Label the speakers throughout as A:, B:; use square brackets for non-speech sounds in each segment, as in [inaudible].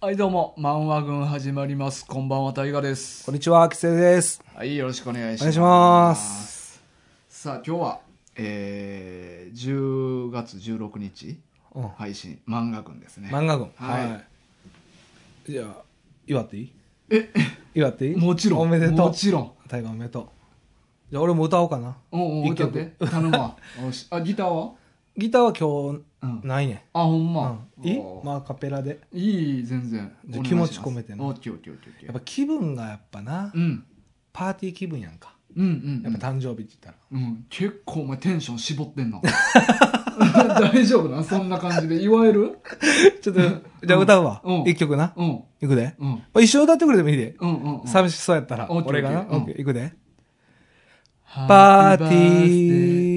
A: はいどうも、漫画軍始まります。こんばんは、大河です
B: こん。にちは、きせです。
A: はい、よろしくお願いします。
B: お願いします
A: さあ、今日は、えー、10月16日
B: うん、
A: 配信、漫画軍ですね。
B: 漫画軍。
A: はい
B: い。じゃあ、祝っていい
A: え、
B: 祝っていい
A: もちろん。
B: おめでとう。
A: もちろん。
B: 大河おめでとう。じゃあ、俺も歌おうかな。
A: おうおう、
B: 一
A: 歌っ
B: 曲
A: て。頼むわ。よしあ、ギターは
B: ギターは今
A: うん
B: 日、。ないね。
A: あ、ほん
B: う
A: ま
B: ん。いい
A: おう
B: まあ、カペラで。
A: いい、全然。
B: じゃ
A: お願い
B: あ
A: し
B: 気持
A: ます
B: ち込めてな
A: オッケーオッケーオッケーオッケー
B: やっぱ気分がやっぱな
A: う、ん。
B: パーティー気分やんか。
A: うんうん、う
B: やっ
A: ん
B: ぱ誕生日って言ったら。
A: うん、結構お前テンション絞ってんな [laughs] 大丈夫なそんな感じで言われる
B: [laughs] ちょっと、じゃあ歌うわ
A: うん。
B: 一曲な。
A: うん
B: いくで。
A: うん
B: まあ一緒に歌ってくれてもいいで。
A: うんうんうん
B: 寂しそうやったら、
A: オッケー
B: 俺がな。
A: オッケー
B: オッケーいくで。パ
A: パ
B: ーティー。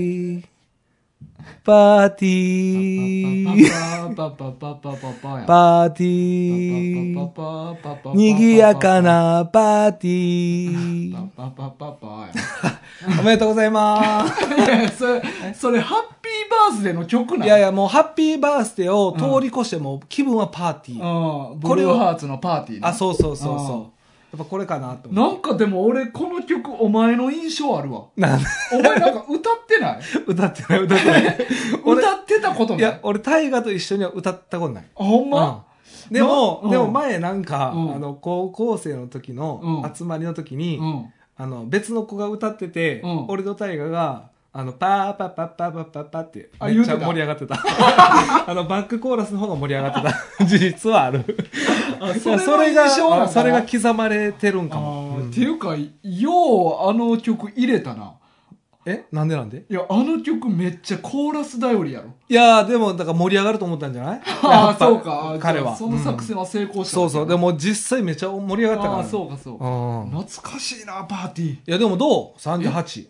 B: パーティー。
A: ーパパパパパパパや
B: パー
A: パ
B: ティー。
A: パパパパパパ
B: にぎやかなパーティー。
A: パパパパパ
B: [laughs] おめでとうございます。
A: やいやそれそれハッピーバースデーの曲なん
B: いやいや、もうハッピーバースデーを通り越してもう気分はパーティー。
A: うんブ
B: これ
A: ル
B: を
A: ーハーツのパーティーな
B: あ、そうそうそうそう。やっぱこれかなと思
A: なんかでも俺この曲お前の印象あるわ
B: う。なん
A: お前なんか歌ってない
B: 歌ってない、 [laughs] 歌ってない。俺
A: 歌ってたこと
B: い
A: ない
B: や、俺、大河と一緒には歌ったことない。
A: あほんま
B: うんでも、
A: なうん
B: でも前なんか、
A: うん
B: あの、高校生の時の
A: うん
B: 集まりの時
A: う
B: に、
A: ん
B: あの、別の子が歌ってて、
A: うん
B: 俺と大河が、あの、パーパーパーパーパーパーパーって、
A: あ
B: めっち
A: 言
B: ゃ
A: うてた
B: 盛り上がってた。 [laughs] あの、バックコーラスの方が盛り上が
A: [laughs]
B: ってた。事実はある。
A: あ
B: いやそれが、
A: 印象なのかな
B: それが刻まれてるんか
A: あ
B: も。
A: ー
B: うん
A: っていうかようあの曲入れたな
B: えなんでなんで
A: いやあの曲めっちゃコーラス頼りやろ
B: い [laughs] やー、でも、だから盛り上がると思ったんじゃない
A: あ
B: や
A: あ
B: っぱ
A: そうかあー
B: 彼
A: じゃあ
B: は。
A: その作
B: うん
A: 戦は成功した
B: そ
A: わ
B: う
A: け
B: そう。でも実際めっちゃ盛り上がったから
A: あ
B: ね。
A: あそうかそうか
B: うん。
A: 懐かしいなパーティー
B: いや、でもどう ?38。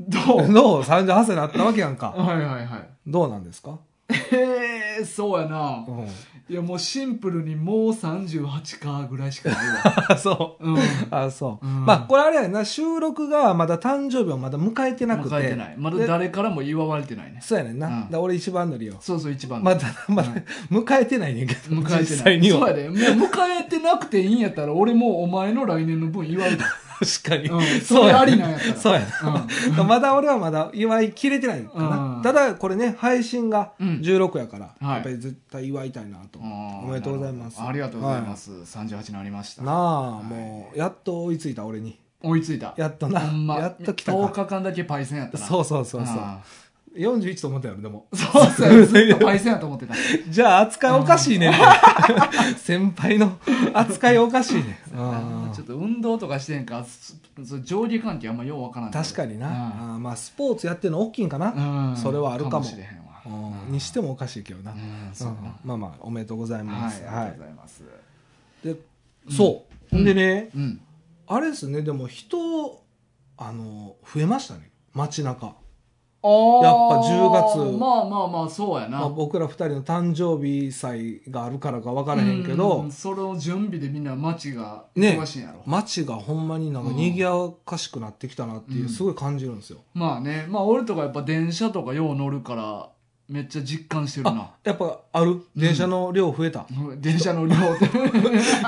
A: ど
B: [laughs]
A: う
B: どう ?38 歳になったわけやんか。
A: はいはいはい
B: どうなんですか
A: ええそうやな
B: うん。
A: [laughs] いやもうシンプルにもう38かぐらいしか言
B: あ、そ
A: わう
B: う。 [laughs]
A: ん
B: あ、そう。
A: うん
B: まあ、これあれやな、収録がまだ誕生日をまだ迎えてなくて。
A: 迎えてないまだ誰からも祝われてないね
B: でそうやねんな。
A: うん
B: だから俺一番乗りよ。
A: そうそう一番
B: まだ、まだ、迎えてないねんけど、
A: 迎えてない
B: 実際に
A: そうや
B: は。
A: でもう迎えてなくていいんやったら俺もうお前の来年の分言われた、
B: 確かに。
A: うん、そ
B: そう
A: れ
B: や
A: あ
B: ね
A: りなんやったら
B: そうや
A: うん
B: な。まだ俺はまだ祝いきれてないかな。
A: うん
B: ただ、これね、配信が
A: うん
B: 16やから、
A: はい
B: やっぱり絶対祝いたいなと。おめでとうございます
A: あーなるほどありがとうございます、38になりました
B: なあ、もう、やっと追いついた俺に。
A: 追いついた
B: やっとな。
A: ほんま
B: やっと来た
A: 10
B: か。
A: 日間だけパイセンやったな
B: そうそうそうそう。
A: あ
B: 41と思ったよ、でも。
A: ーそうそうずっとパイセンやと思ってた
B: じ [laughs] ゃあ、扱いおかしいね。 [laughs] 先輩の扱いおかしいね。
A: あーちょっと運動とかしてんかそそ上下関係あんまようわからんけど
B: 確かにな。あーまあ、スポーツやってるの大きいんかな。
A: うんうん
B: それはあるかも
A: しれへんわ
B: うんにしてもおかしいけどな。
A: う
B: うん
A: んそうやな
B: まあまあ、おめでとうございま
A: はいあ
B: す。
A: りが
B: は
A: とうございます
B: い。で、そう。でね、
A: うん
B: あれですね、でも人、あの、増えましたね。街中。
A: あー
B: やっぱ10月
A: まあまあまあそうやな、
B: まあ、僕ら二人の誕生日祭があるからか分からへんけど、
A: うんそれを準備でみんな街が
B: ね
A: 詳しいんやろ、
B: 街がほんまになんか賑やかしくなってきたなっていう、
A: うん
B: すごい感じるんですよ。
A: まあねまあ俺とかやっぱ電車とかよう乗るからめっちゃ実感してるな
B: あ、やっぱある電車の量増えた。 [laughs]
A: 電車の量って [laughs]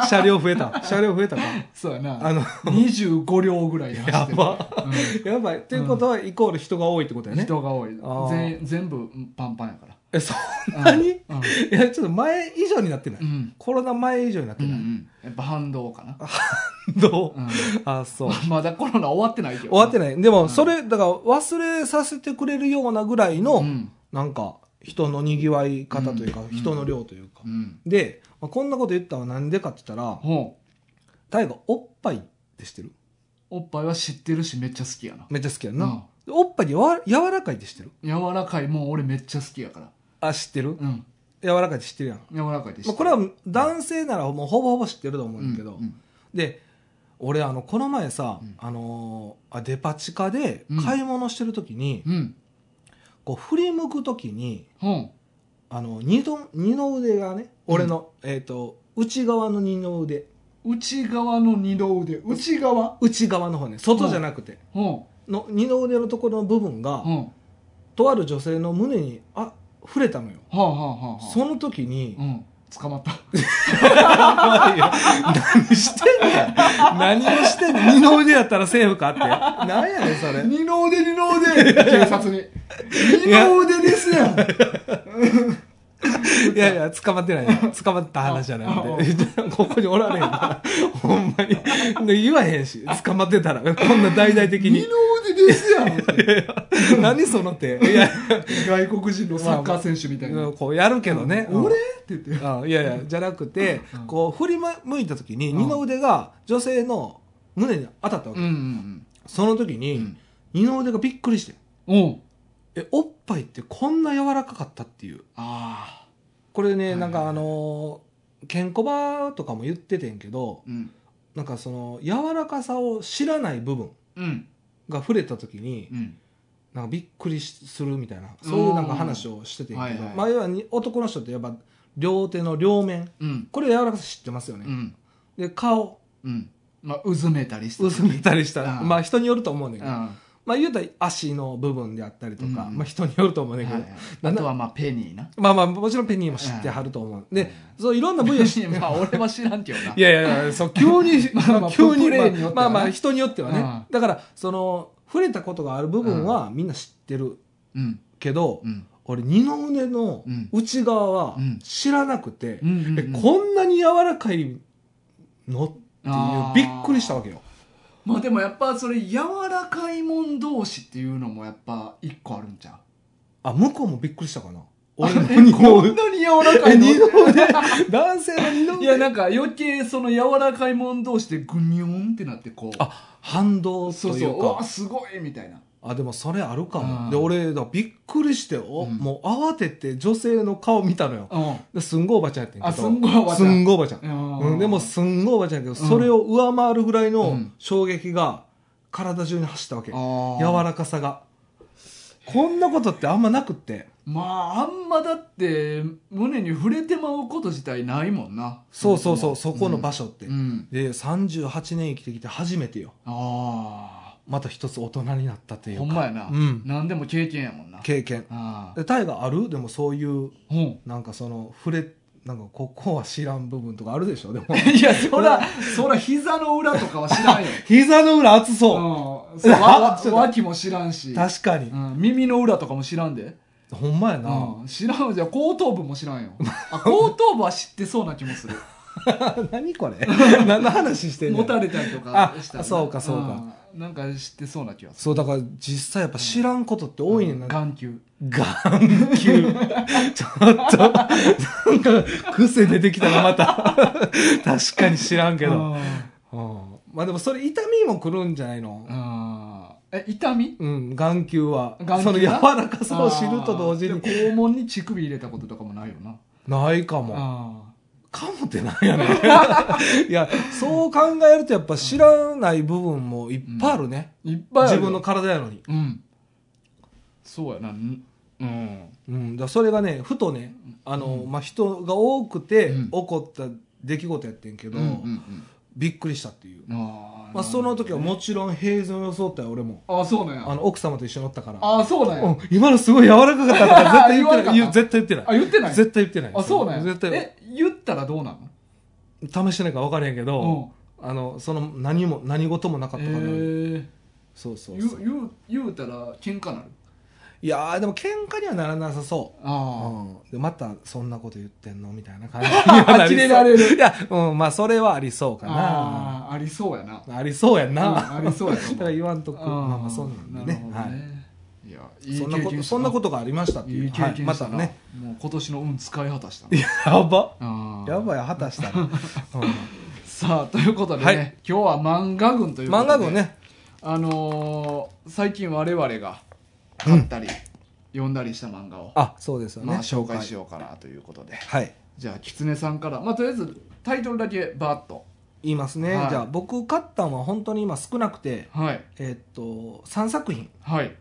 B: 車両増えた。 [laughs] 車両増えたか。
A: そうやな
B: あの、
A: 25両ぐらいで走
B: [laughs] や
A: ってる
B: ば。
A: うん
B: やばい。っていうことは、イコール人が多いってことやね。
A: 人が多い
B: あー
A: 全全部パンパンやから
B: え、そんなに、い
A: うん
B: や、ちょっと前以上になってない。
A: うん
B: コロナ前以上になっ
A: う
B: て
A: んう
B: ない。
A: んやっぱ反動かな、
B: [laughs] どう、
A: うん
B: あ、そう。
A: まだコロナ終わってないけど
B: 終わって
A: ない
B: ない。でも、それ、だから忘れさせてくれるようなぐらいの、
A: うん
B: なんか、人の賑わい方というか、
A: うん
B: 人の量というか。
A: うん
B: で、まあこんなこと言ったのはなんでかって言ったら、
A: ほう
B: 大河おっぱいって知ってる
A: おっぱいは知ってるしめっちゃ好きやな
B: めっちゃ好きやん
A: うん
B: な。でおっぱいやわ柔らかいって知ってる
A: 柔らかいもん俺めっちゃ好きやから
B: あ、知ってる
A: うん
B: 柔らかいって知ってるやん。
A: 柔らかいでし
B: まあ、これは男性ならもうほぼほぼ知ってると思うんだけど、
A: うんうん
B: で俺あのこの前さ、
A: うん
B: あのーあデパ地下で買い物してる時に、
A: うん
B: こう振り向く時に
A: うん
B: あの二度二の腕がね俺の、えー、と内側の二の腕
A: 内側の二の腕内側
B: 内側の方ね外じゃなくて、
A: うん
B: の二の腕のところの部分
A: う
B: が、
A: んは
B: とある女性の胸にあ触れたのよ、
A: あはあはあはあ
B: その時に、
A: うん捕まった。
B: いよ何してんねん何をしてんねん二の腕やったらセーフかって何やねんそれ
A: 二の腕二の [laughs] 腕警察に。二の腕ですやん
B: いやいや捕まってないよ捕まった話じゃなくてここにおられへんからほんまにで言わへんし捕まってたらこんな大々的
A: 二の
B: に
A: 腕ですやん
B: 何その手いや
A: [laughs] 外国人のサッカー選手みたいな。
B: こうやるけどね、うん
A: 俺って言って。
B: あいやいやじゃなくて、
A: うん
B: こう振り向いた時に
A: うん
B: 二の腕が女性の胸に当たったわけ、
A: うんうん
B: その時に、
A: うん
B: 二の腕がびっくりして
A: うん。おう
B: えおっぱいってこんな柔らかかったっていう
A: ああ。
B: これね、
A: はい
B: なんかあのーケンコバとかも言っててんけど
A: うん。
B: なんかその柔らかさを知らない部分
A: うん。
B: が触れた時に
A: うん。
B: なんかびっくりしするみたいなそういうなんか話をしててん
A: うん
B: けど、
A: はいはい
B: まあ、要はに男の人ってやっぱ両手の両面
A: うん。
B: これ柔らかさ知ってますよね、
A: うん。
B: で顔
A: うん。まあ、うずめたりして。
B: うずめたりしたら、
A: うん
B: まあ人によると思うねんだけど、
A: あ
B: まあ言うたら足の部分であったりとか、
A: うん
B: まあ人によると思うねんだけど、
A: あとはまあペニーな。
B: まあまあもちろんペニーも知ってはると思う、でそういろんな部位を知って
A: まあ俺は知らんけどな。
B: いやいやいやそう急に
A: [laughs] まあまあ
B: [laughs] 急に
A: プレーによってはね
B: まあまあ人によってはね、
A: うん
B: だからその触れたことがある部分はみんな知ってる
A: うん。
B: けど、
A: うん。
B: 俺二の腕の
A: うん
B: 内側は
A: うん
B: 知らなくて、
A: うん。
B: えこんなに柔らかいのっていうびっくりしたわけよ
A: まあでもやっぱそれ柔らかいもん同士っていうのもやっぱ一個あるんちゃう
B: あ向こうもびっくりしたかな俺
A: 俺
B: の
A: の
B: 二の
A: こん
B: 腕
A: なに柔らかい
B: え二の
A: 腕
B: [laughs] 男性の二の
A: い
B: 腕
A: やなんか余計その柔らかいもん同士でグニョンってなってこう
B: あ反動と
A: そ
B: いううか
A: そううわすごいみたいな
B: あでもそれあるか
A: う
B: も
A: ん
B: で俺だびっくりしてお、
A: うん
B: もう慌てて女性の顔見たのよ
A: うん
B: ですんごいおばちゃんやってんけど
A: あすんごいおばちゃん
B: すんごいおばちゃん
A: う
B: うん、でもすんごいおばちゃんやけど、それを上回るぐらいうの
A: ん
B: 衝撃が体中に走ったわけ、
A: 柔
B: 柔らかさがこんなことってあんまなくって
A: まああんまだって胸に触れてまうこと自体ないもんな
B: そうそうそうそこの場所って、
A: うん、うん
B: で38年生きてきて初めてよ
A: あ
B: また一つ大人になったとい
A: あ
B: う
A: ほ
B: か
A: んまやな、
B: うん
A: 何でも経験やもんな
B: 経験
A: ああ
B: でタイがあるでもそういう
A: うん [laughs]
B: なんかその触れなんかここは知らん部分とかあるでしょでも
A: いやそらそら膝の裏とかは知らんよ
B: 膝の裏熱 [laughs] そう、
A: うんそう
B: [laughs]
A: わわ脇も知らんし、
B: 確かに
A: う、ん、耳の裏とかも知らんで、
B: ほんまやな、
A: うん、知らんじゃあ後頭部も知らん
B: [laughs]
A: よあ後頭部は知ってそうな気もする
B: [laughs] 何これ何の話してんの
A: 持たれたりとかしたらな
B: あそうかそうか、
A: うんなんか知ってそうな気がする
B: そうだから実際やっぱ知らんことって多いねんな、
A: 眼球
B: 眼球 [laughs] ちょっとなんか癖出てきたなまた [laughs] 確かに知らんけど、
A: あー
B: うんまあでもそれ痛みもくるんじゃないの
A: あーえ痛み
B: うん眼球は
A: 眼球な
B: その柔らかさを知ると同時
A: あー
B: に
A: で肛門に乳首入れたこととかもないよな
B: ないかも
A: あ
B: かもってなんやねん [laughs] いやそう考えるとやっぱ知らない部分もいっぱいあるね、
A: ーいっぱいある
B: 自分の体やのに、
A: うんそうやなんうん
B: うん、だからそれがねふとねあの、まあ、人が多くて
A: うん
B: 起こった出来事やってんけど、びっくりしたっていう、
A: あー
B: まあ、その時はもちろん平然を装ったよ俺も
A: あそうなんや
B: あの奥様と一緒におったから
A: あそうなんや、
B: うん今のすごい柔らかかったとか絶対言って
A: 言わなか
B: な
A: った
B: い言う絶対言ってない
A: あ言ってない
B: 絶対言ってない
A: あそうなんや
B: 絶対
A: え言ったらどうなの
B: 試してないから分からへんけど、あのその何も何事もなかったから、
A: えー
B: そうそう
A: 言
B: そう
A: う言う言うたら喧嘩なる
B: いやーでも喧嘩にはならなさそう
A: あ
B: うん、でまたそんなこと言ってんのみたいな
A: [laughs]
B: 感じにはなりそ
A: 呆
B: う
A: れられる
B: いや、うん、まあそれはありそうかなあ
A: ああーありそうやな
B: りそうやんな、
A: うんありそうやと思う
B: [laughs] だから言わんとくまあまあそうなんで
A: る
B: ね
A: ほど
B: はい
A: いやいい
B: そんな
A: 経
B: こ
A: 験
B: と
A: した
B: そんなことがありましたっていう
A: いい経
B: はい、
A: 験
B: ま
A: した
B: た
A: な、
B: ね
A: もう今年の運使い果たしたな
B: やば
A: あー
B: [laughs] やばい果たした
A: [laughs]
B: ら、うん
A: さあということでね、
B: はい
A: 今日は漫画群ということ
B: 漫
A: で
B: 画群ね
A: あのー最近我々が買ったり、読んだりした漫画を、
B: あそうですよね、
A: まあ、紹介しようかなということで、
B: はい
A: じゃあ狐さんからまあとりあえずタイトルだけバーッと
B: 言いますね、
A: はい
B: じゃあ僕買ったのは本当に今少なくて
A: はい
B: えーっと3作品
A: はい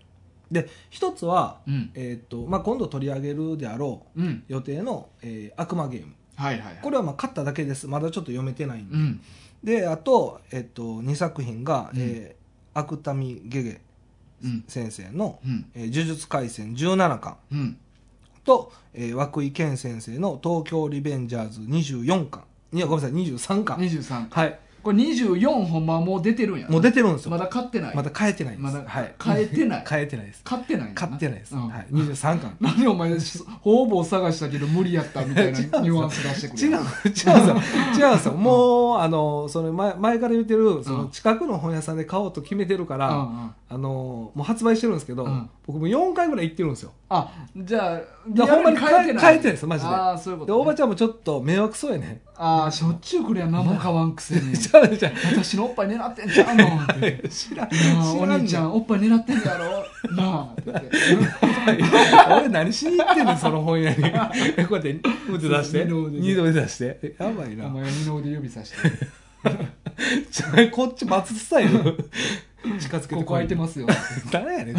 B: で一つは、
A: うん
B: えーっとまあ、今度取り上げるであろう
A: うん
B: 予定の、えー悪魔ゲーム
A: はいはいはい
B: これはまあ買っただけですまだちょっと読めてないんで、
A: うん
B: であと,、えっと2作品が、
A: うん
B: えー芥見ゲゲ
A: うん
B: 先生の
A: うん
B: 「えー呪術廻戦17巻
A: うん」
B: と、えー、涌井健先生の「東京リベンジャーズ」24巻いやごめんなさい23巻
A: 23
B: はい
A: これ24ほんまもう出てるんや
B: もう出てるんですよ
A: まだ買ってない
B: まだ変えてないです
A: まだ
B: はい、
A: 変え
B: [laughs]
A: てない
B: 変えてないです
A: 買ってないんや
B: 買ってないです、
A: うん
B: はい、23巻
A: 何お前し方々探したけど無理やったみたいなニュアンス出してく
B: [laughs] 違う
A: る
B: 違う違うさもうあのそれ前前から言ってるその近くの本屋さんで買おうと決めてるから、
A: うんうん
B: あのもう発売してるんですけど、
A: うん
B: 僕もう4回ぐらい行ってるんですよ
A: あじゃあ
B: だからほんまに
A: リアル
B: 変え変えてないですマジで
A: ああそういうこ
B: で
A: と、
B: おば
A: ね、
B: ちゃんもちょっと迷惑そうやね
A: ああしょっちゅうこれや何も買わんくせ
B: [laughs]
A: に
B: じゃあじゃ
A: 私のおっぱい狙ってんちゃうの
B: [laughs]
A: って
B: あ知らん知
A: なあお
B: ら
A: 兄ちゃ
B: ん
A: んおっぱい狙ってんやろなあって
B: [laughs] はい俺何しに行ってんねんその本屋
A: [laughs]
B: にえこうやって腕出して
A: 二度腕
B: 二度腕出してえやばい
A: お
B: な
A: 前二の腕指さして
B: ちょこっち罰スタイル近づけて
A: ここ空いてますよ
B: 誰やねん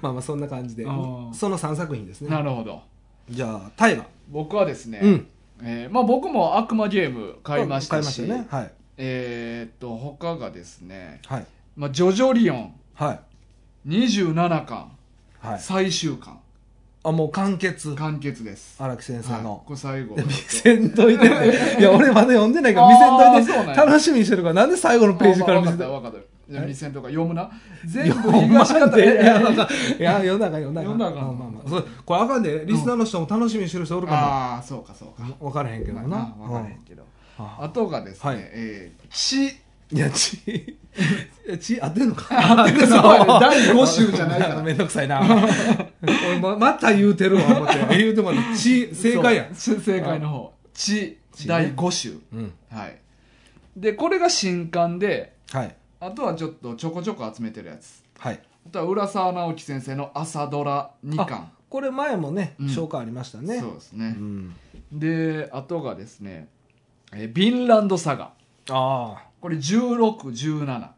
B: まあまあそんな感じで
A: あー
B: その3作品ですね
A: なるほど
B: じゃあ大河
A: 僕はですね、
B: うん
A: えーまあ、僕も悪魔ゲーム買いましたし
B: 買いましたよね
A: えーっと他がですね、
B: はい
A: まあ、ジョジョリオン
B: はい
A: 27巻
B: はい、はい、
A: 最終巻
B: あもう完結
A: 完結です、
B: 荒木先生
A: はい
B: の、
A: これ最後
B: いや見せん
A: [laughs]
B: といてっていや俺まだ読んでないから見
A: あー
B: せ
A: そうんな
B: と
A: ん
B: い
A: や
B: て楽しみにしてるからなんで最後のページから見せ
A: て
B: て
A: 分かった分かったじゃあ
B: え
A: 見せんとか読むな
B: い
A: 全
B: や
A: 部
B: ほんま
A: 東
B: あかん
A: 方
B: でい
A: で
B: やあかんいや世の中世の中
A: 世の中
B: まあまあまあそうこれあかんでリスナーの人も楽しみにしてる人おるか
A: ああそうかそうか
B: も分からへんけど
A: まあ
B: な
A: まあ分からへんけど
B: うんあ
A: あとがですね、
B: はい
A: えー血
B: いや、ち、いやち、合ってんのか
A: [laughs] 合ってる
B: の
A: そうやね第五週じゃないから
B: [laughs] めんどくさいな。俺ま、また言うてるわ、思っ
A: [laughs]
B: て。言うてもらって、ち、正解やん。
A: そう正解の方血
B: 血ね
A: 第5週、
B: うん。
A: はいでこれが新刊で
B: はい。
A: あとはちょっとちょこちょこ集めてるやつ
B: はい。
A: あとは浦沢直樹先生の朝ドラ2巻
B: これ前もね、
A: うん
B: 紹介ありましたね。
A: そうですね
B: う、ん。
A: であとがですね「えービンランドサガ
B: あ」
A: これ161716
B: あ。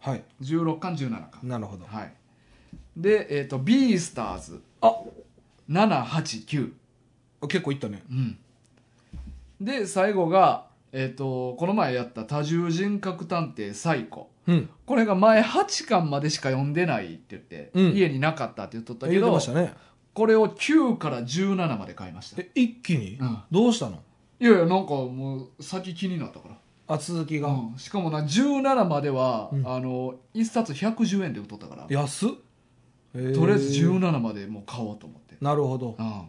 B: はい。
A: 巻17巻
B: なるほど。
A: はいでえっ、と「ビースターズ
B: あ
A: 789」
B: 結構いったね。
A: うんで最後がえっ、とこの前やった「多重人格探偵サイコ
B: うん。」
A: これが前8巻までしか読んでないって言って、
B: うん
A: 家になかったって言っとったけ
B: 言って
A: ど
B: ましたね。
A: これを9から17まで買いました
B: え、一気に
A: うん
B: どうしたの
A: いやいやなんかもう先気になったから
B: あ、続きが。
A: うんしかもな17までは、
B: うん
A: あの1冊110円で売っとったから
B: 安っ。とり
A: とりあえず17までもう買おうと思って、
B: なるほど
A: う。ん、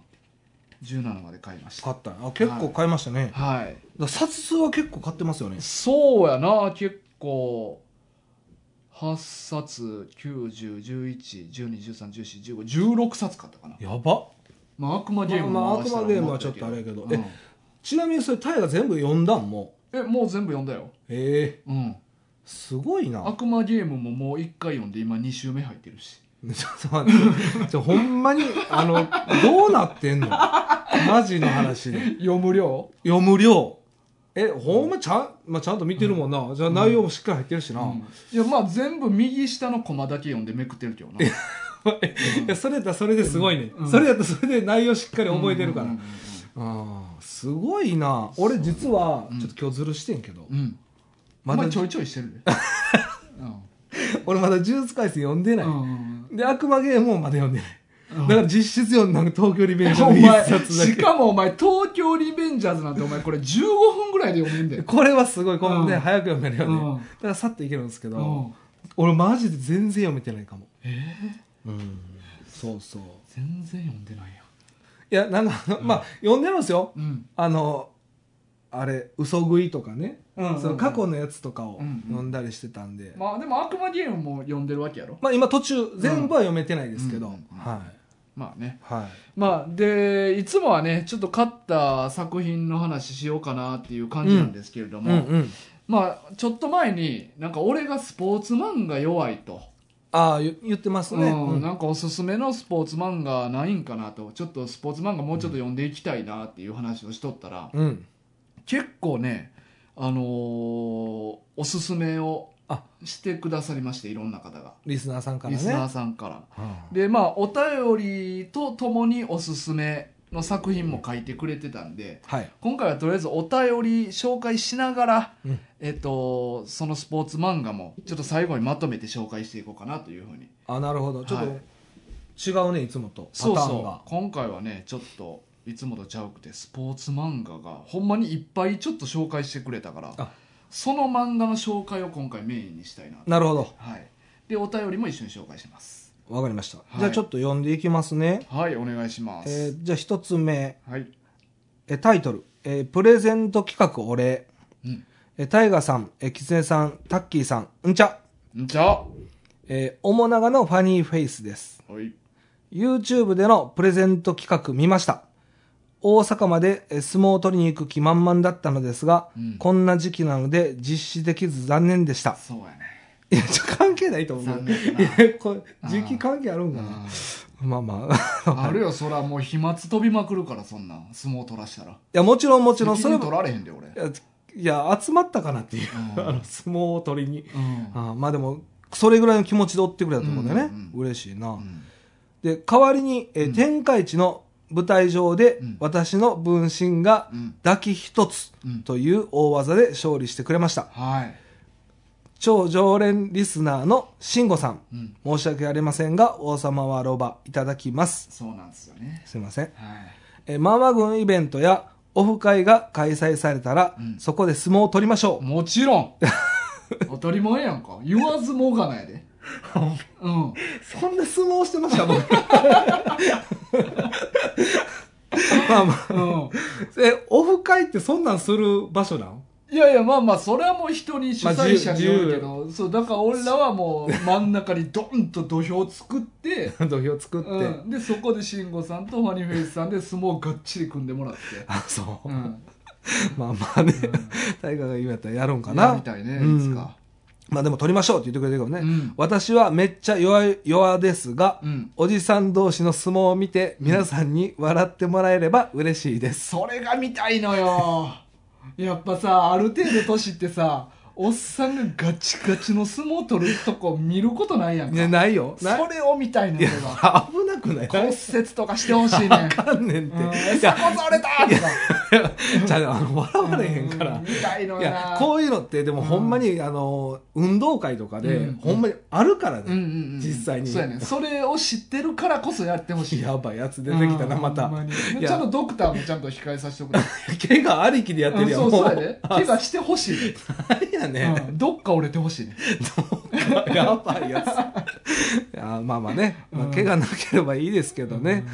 A: 17まで買いました
B: 買った。あ、結構買いましたね。
A: はい
B: だから冊数は結構買ってますよね。
A: そうやな結構8冊90111213141516冊買ったかな、
B: やば
A: まあ、悪魔ゲーム
B: まあまあ
A: 回したら
B: 悪魔ゲームはちょっとあれやけど
A: うん
B: えちなみにそれ大河全部読んだんも
A: えもう全部読んだよ、
B: うええ
A: うん、
B: すごいな
A: 悪魔ゲームももう1回読んで今2週目入ってるし
B: [laughs] ちょっと待ってちょほんまにあのどうなってんのマジの話で
A: 読む量
B: 読む量えほんまちゃん、まあ、ちゃんと見てるもんな、じゃあ内容もしっかり入ってるしな、
A: いやまあ全部右下のコマだけ読んでめくってるけどな
B: いやそれやったらそれですごいね、
A: うん
B: それやったらそれで内容しっかり [laughs] 覚えてるから、
A: うん
B: ああすごいな俺実は
A: うん
B: ちょっと今日ずるしてんけど、
A: うんうん
B: ま
A: お
B: だ
A: 前ちょいちょいしてる
B: [laughs]
A: でうん
B: 俺まだ「呪術廻戦」読んでない、
A: うん
B: で悪魔ゲームもまだ読んでない
A: うん
B: だから実質読んだの東京リベンジャー
A: [laughs] お
B: ズの一
A: 前
B: 冊だけ
A: しかもお前東京リベンジャーズなんてお前これ15分ぐらいで読むんだ [laughs] よ、
B: これはすごい、このね、
A: うん
B: 早く読めるよね。
A: うん
B: だからさっといけるんですけど、
A: うん、
B: 俺マジで全然読めてないかも。うん。そうそう。
A: 全然読んでないや
B: いや、なんか、まあ、読んでるんですよ。
A: うん
B: あの、あれ、嘘食いとかね、
A: うんうんうん
B: その過去のやつとかを
A: うんうん
B: 読んだりしてたんで、
A: まあでも悪魔ゲームも読んでるわけやろ
B: まあ今途中、全部は読めてないですけど、
A: うんうんうん
B: はい。
A: まあね
B: はい。
A: まあでいつもはねちょっと勝った作品の話しようかなっていう感じなんですけれども、
B: うん。
A: まあちょっと前になんか俺がスポーツ漫画弱いと、
B: ああ、ゆ言ってますね。
A: うん
B: うん
A: なんかおすすめのスポーツ漫画ないんかなとちょっとスポーツ漫画もうちょっと読んでいきたいなっていう話をしとったら、
B: うん。
A: 結構ねあのーおすすめを
B: あ
A: してくださりましていろんな方が、
B: リスナーさんから
A: リ
B: ね。
A: スナーさんから
B: うん
A: でまあお便りとともにおすすめの作品も書いてくれてたんで
B: はい。
A: 今回はとりあえずお便り紹介しながら、
B: うん
A: えっと、そのスポーツ漫画もちょっと最後にまとめて紹介していこうかなというふうに
B: あなるほどちょっと、
A: はい
B: 違うねいつもとパター
A: そ
B: ン
A: う
B: が
A: そう今回はねちょっといつもとちゃうくてスポーツ漫画がほんまにいっぱいちょっと紹介してくれたから
B: あ
A: その漫画の紹介を今回メインにしたいな
B: なるほど
A: はいでお便りも一緒に紹介します
B: わかりました、
A: い
B: じゃあちょっと読んでいきますね、
A: はいお願いします、
B: えーじゃあ一つ目、
A: はい、
B: えータイトル、えープレゼント企画お礼」
A: うん
B: えータイガさん、えー、キツネさんタッキーさんうんちゃ、
A: んじゃあ
B: えー、面長のファニーフェイスです
A: はい
B: YouTube でのプレゼント企画見ました大阪までえー相撲を取りに行く気満々だったのですが、
A: うん
B: こんな時期なので実施できず残念でした
A: そうやね
B: いやちょ関係ないと思う
A: 残念
B: い
A: や
B: やこれ時期関係あるんかな [laughs]
A: な
B: まあ [laughs] まあ
A: あーあるよそらもう飛沫飛びまくるからそんなん相撲取らしたら
B: いやもちろんもちろん
A: 責
B: それ
A: 任
B: も
A: 取られへんで俺
B: いやいや集まったかなっていう、
A: うん
B: [laughs] あの相撲を取りに、
A: うん
B: あまあでもそれぐらいの気持ちで追ってくれたと思うんだよ
A: う
B: ね、
A: んうん
B: 嬉しいな、
A: うん
B: で代わりに、えー
A: うん
B: 天下一の舞台上で、
A: うん
B: 私の分身が
A: うん
B: 抱き一つ
A: うん
B: という大技で勝利してくれました
A: はい
B: 超常連リスナーの慎吾さん
A: うん
B: 申し訳ありませんが王様はロバいただきます
A: そうなんですよね
B: すいません
A: はい
B: えーマーマ軍イベントやオフ会が開催されたら、
A: うん
B: そこで相撲を取りましょ
A: もちろん当たり前やんか言わずもがないでうん
B: う。そんな相撲 [laughs] してました、僕。まあまあ。
A: うん
B: え、オフ会ってそんなんする場所なん
A: いやいやまあまあそれはもう人に主催者
B: まあ
A: に
B: 自
A: よ
B: 由
A: るけど、そうだから俺らはもう真ん中にドンと土俵を作って、
B: 土俵作って。
A: うん、でそこで慎吾さんとファニーフェイスさんで相撲がっちり組んでもらって、
B: あ、そう。
A: うん、
B: まあまあね。大河が言うやったらやるんか
A: や
B: な
A: り。たいね
B: うん
A: いつか
B: まあでも取りましょうって言ってくれてるけどね。
A: うん
B: 私はめっちゃ弱い、弱ですが、
A: うん
B: おじさん同士の相撲を見て、皆さんに笑ってもらえれば嬉しいです。
A: それが見たいのよやっぱさある程度年ってさおっさんがガチガチの相撲取るとこ見ることないやんか、
B: ね、ないよ。ない
A: それを見たいの
B: い
A: よ
B: や、危なくない
A: 骨折とかしてほし
B: [laughs]
A: いね
B: あかんねん
A: う
B: っ
A: ん
B: て。い
A: 鎖
B: や、
A: 骨折れたとか
B: じゃあ、あの、笑われへんから
A: う。見たいの
B: い
A: よ
B: や
A: な、
B: こういうのって、でも、ほんまに、あの、運動会とか
A: う
B: で
A: ん、
B: ほんまにあるから
A: うんうん
B: ね。
A: うん、
B: 実際に
A: そうやねそれを知ってるからこそやってほしい
B: やばいやつ出てきたな、
A: うん
B: また
A: ほん。にち
B: い
A: ゃんと
B: や、
A: ドクターもちゃんと控えさせておくれ
B: 怪我ありきでやってるやん。
A: うんそう
B: も
A: そうやで怪我してほしいね、
B: 何や [laughs] ね
A: う。んどっか折れてほしいね
B: やばいやつ。
A: [laughs]
B: いやまあまあね、まあ
A: うん
B: 怪我なければいいですけどね。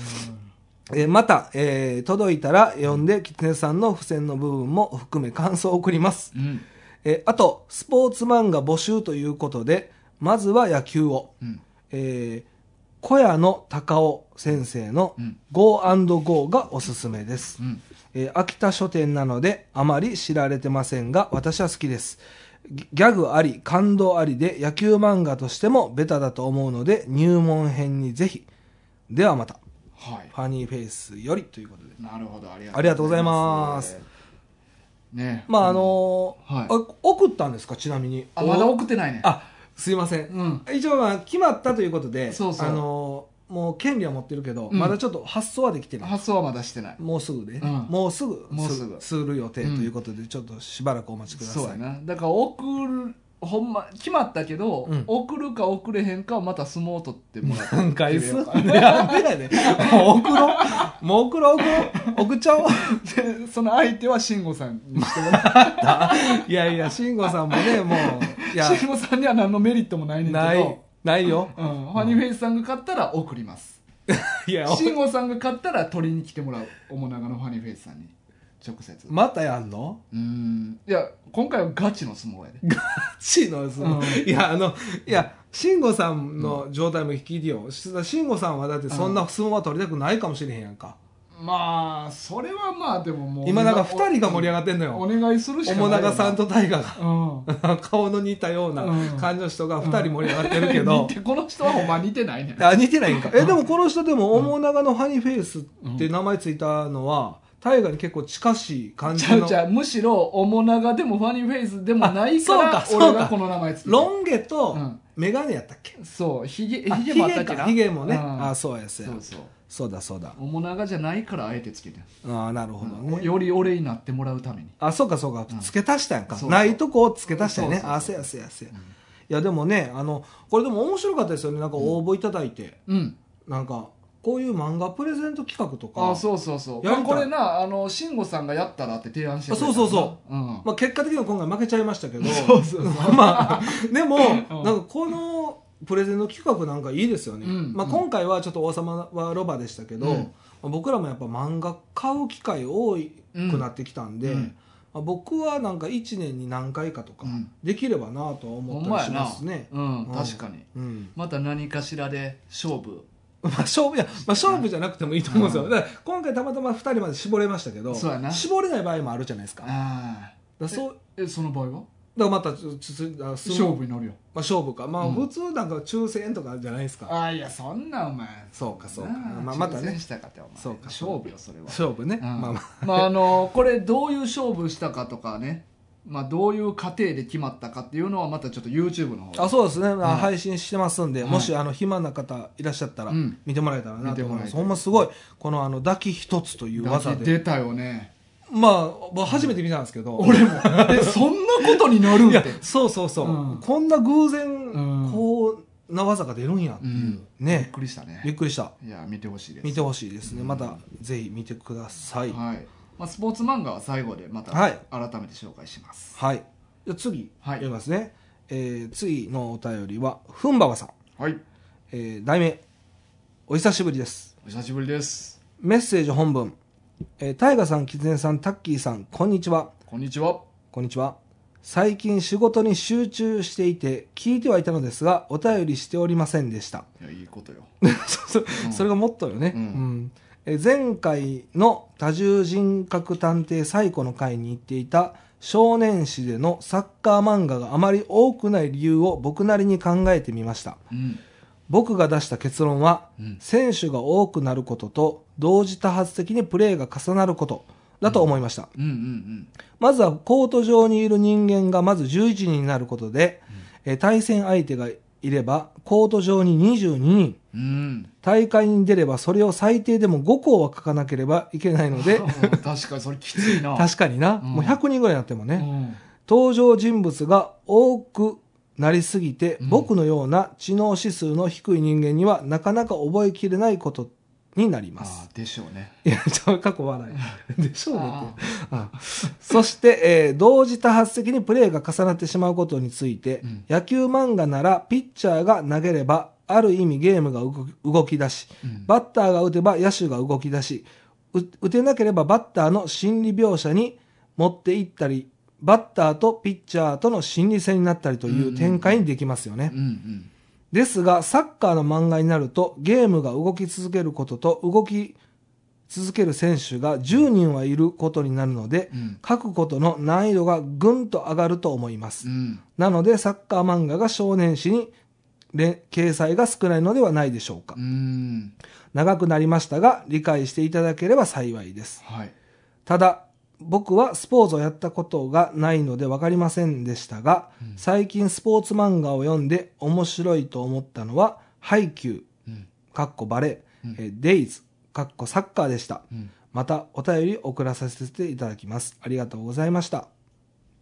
B: えーまた、えー届いたら読んで、キツネさんの付箋の部分も含め感想を送ります。
A: うん
B: えーあと、スポーツ漫画募集ということで、まずは野球を。
A: うん
B: えー小屋の高尾先生の
A: うん
B: Go&Go がおすすめです
A: う。ん
B: えー秋田書店なので、あまり知られてませんが、私は好きです。ギギャグあり、感動ありで、野球漫画としてもベタだと思うので、入門編にぜひ。ではまた、
A: はい
B: ファニーフェイスよりということで。
A: なるほどありが
B: ありがとうございます
A: ね
B: まあ、あのー
A: はい
B: あ送ったんですか、ちなみに。
A: あまだ送ってないね
B: あすいません、
A: うん
B: 一応まあ決まったということで
A: そうそう
B: あのーもう権利は持ってるけど、
A: うん
B: まだちょっと発送はできてない
A: 発送はまだしてない
B: もうすぐで、
A: うん
B: もうすぐ
A: もうすぐ
B: する予定ということで、ちょっとしばらくお待ちください
A: そうやなだから送るほんま決まったけど、
B: うん
A: 送るか送れへんかはまた相撲取ってもらって
B: 何回すんで [laughs] やべやでもう送ろうもう送ろう送ろう送っち
A: [laughs]
B: ゃおう
A: でその相手は慎吾さんにしてもらっ
B: いやいや慎吾さんもねもういや
A: て [laughs] 慎吾さんには何のメリットもないねんけど
B: ないないよ
A: うん、ファニーフェイスさんが買ったら送ります
B: い
A: [laughs]
B: や
A: 慎吾さんが買ったら取りに来てもらうおもながのファニーフェイスさんに直接
B: またやんの
A: うーんいや今回はガチの相撲やで
B: チのそ
A: う
B: の、
A: ん
B: いやあのいや慎吾さんの状態も引き入りよ慎吾さんはだってそんな相撲は取りたくないかもしれへんやんか、
A: まあそれはまあでももう
B: 今なんか2人が盛り上がってんの
A: お
B: よ
A: 願いするしかない
B: 面長さんと大河
A: うん
B: が顔の似たような
A: うん
B: 感じの人が2人盛り上がってるけど
A: 似、てこの人はほんま似てないねん
B: あ似てないんかえでもこの人でも面長のハニーフェイスって名前ついたのは大河に結構近しい感
A: ち
B: じ
A: ゃう
B: の
A: ちゃうむしろおもながでもファニーフェイスでもないか
B: あ
A: ら
B: そうかそうか
A: 俺がこの名前つけた
B: ロン毛とメガネやったっけ、
A: そうひげ
B: あ
A: ひげもあったっけ
B: か
A: な
B: ひげもね、
A: うん
B: あそうやそう
A: そ
B: や
A: うそう
B: そうだそうだ
A: おもながじゃないからあえてつけてん
B: ああなるほどね、
A: より俺になってもらうために
B: あそうかそうか、
A: うん
B: 付け足したやんか
A: そうそう
B: ないとこを付け足したよね
A: そうそうそう
B: あせやせやせや、いやでもねあのこれでも面白かったですよねなんか応募いただいて、
A: うん
B: なんかこういう漫画プレゼント企画とか
A: あそうそうそう
B: やりたい
A: これなあの慎吾さんがやったらって提案してくれた、
B: あそうそうそう
A: うん、
B: まあ、結果的には今回負けちゃいましたけど
A: [laughs] そうそうそう
B: まあでも
A: うん
B: なんかこのプレゼンの企画なんかいいですよね、
A: うん
B: まあ、今回はちょっと「王様はロバ」でしたけど、
A: うん
B: まあ僕らもやっぱ漫画買う機会多くなってきたん
A: う
B: で、
A: んうん
B: まあ、僕はなんか1年に何回かと
A: う
B: か
A: ん
B: できればなとは思
A: ほ
B: っ
A: ん
B: た
A: ま
B: り
A: や
B: し
A: な
B: ますね。
A: うん、
B: うん
A: 確かに
B: うん
A: また何かしらで勝負
B: まあ、勝負いや、まあ、勝負じゃなくてもいいと思うんですよ、
A: うん
B: だから今回たまたま2人まで絞れましたけど
A: そうやな
B: 絞れない場合もあるじゃないですかだか
A: ああ
B: らそう
A: えその場合は
B: だからまたちょちょちょあす
A: 勝負になるよ
B: まあ、勝負かまあ
A: うん
B: 普通なんか抽選とかじゃないですか、
A: ああいやそんなお前
B: そうかそうか、
A: な
B: まあ、また
A: 抽選
B: ね
A: したかってお前
B: そうか
A: 勝負よそれは
B: 勝負
A: うん
B: ね、まあま
A: まああのこれどういう勝負したかとかねまあどういう過程で決まったかっていうのはまたちょっと YouTube の方で
B: ああそうですね、まあ
A: うん
B: 配信してますんで、
A: はい
B: もしあの暇な方いらっしゃったら
A: うん
B: 見てもらえたらなと思いま
A: 見てもらえ
B: す、
A: た
B: ほんますごいこのあの抱き一つという技で
A: 出たよね
B: まあ僕初めて見たんですけど、
A: 俺もえそんなことになるんっ
B: い
A: て
B: やそうそうそう、
A: うん
B: こんな偶然、
A: うん
B: こうな技が出るんやっていう、
A: びっ
B: ね
A: くりしたね
B: びっくりした
A: いや見てほしいです
B: 見てほしいですね、
A: うん
B: またぜひ見てくださいはい、
A: はいまあ、スポーツ漫画は最後でまた
B: は
A: 改
B: い
A: めて紹介します
B: じゃあ次、
A: はい
B: 読みますね、えー次のお便りはふんばばさん
A: はい
B: えー題名お久しぶりです
A: お久しぶりです
B: メッセージ本文、えー、タイガさんキツネさんタッキーさんこんにちは
A: こんにちは
B: こんにちは最近仕事に集中していて聞いてはいたのですがお便りしておりませんでした
A: いやいいことよ
B: そそそれがもっとよね、
A: うん
B: うんえー前回の多重人格探偵最古の回に行っていた少年誌でのサッカー漫画があまり多くない理由を僕なりに考えてみました
A: うん
B: 僕が出した結論は、
A: うん
B: 選手が多くなることと同時多発的にプレーが重なることだと思いました、
A: うんうん
B: まずはコート上にいる人間がまず11人になることで、えー対戦相手がいればコート上に22人
A: うんうん
B: 大会に出ればそれを最低でも5校は書かなければいけないの
A: [laughs]
B: で
A: 確かにそれきついな
B: 確かにな、
A: うん
B: もう100人ぐらいになってもね、
A: うん
B: 登場人物が多くなりすぎて、
A: うん
B: 僕のような知能指数の低い人間にはなかなか覚えきれないことになりま
A: あ
B: す。
A: ーでしょうね
B: いや、ちょ、過去笑
A: [laughs]
B: い。でしょうねって
A: あ。
B: あそして、えー同時多発的にプレーが重なってしまうことについて、
A: うん
B: 野球漫画ならピッチャーが投げれば、ある意味ゲームが動き動き出し、
A: うん
B: バッターが打てば野手が動き出し、う打てなければバッターの心理描写に持っていったり、バッターとピッチャーとの心理戦になったりと
A: うんう
B: い
A: んう
B: うん展開にできますよね。
A: うんうん
B: ですが、サッカーの漫画になると、ゲームが動き続けることと、動き続ける選手が10人はいることになるので
A: う、ん
B: 書くことの難易度がぐんと上がると思います
A: う。ん
B: なので、サッカー漫画が少年誌に連掲載が少ないのではないでしょうか
A: う。ん
B: 長くなりましたが、理解していただければ幸いです。
A: はい
B: ただ、僕はスポーツをやったことがないので分かりませんでしたが、
A: うん
B: 最近スポーツ漫画を読んで面白いと思ったのは、ハイキュー、
A: うん
B: かっこバレー、
A: うん
B: えデイズ、かっこサッカーでした。
A: うん
B: またお便り送らさせていただきます。ありがとうございました。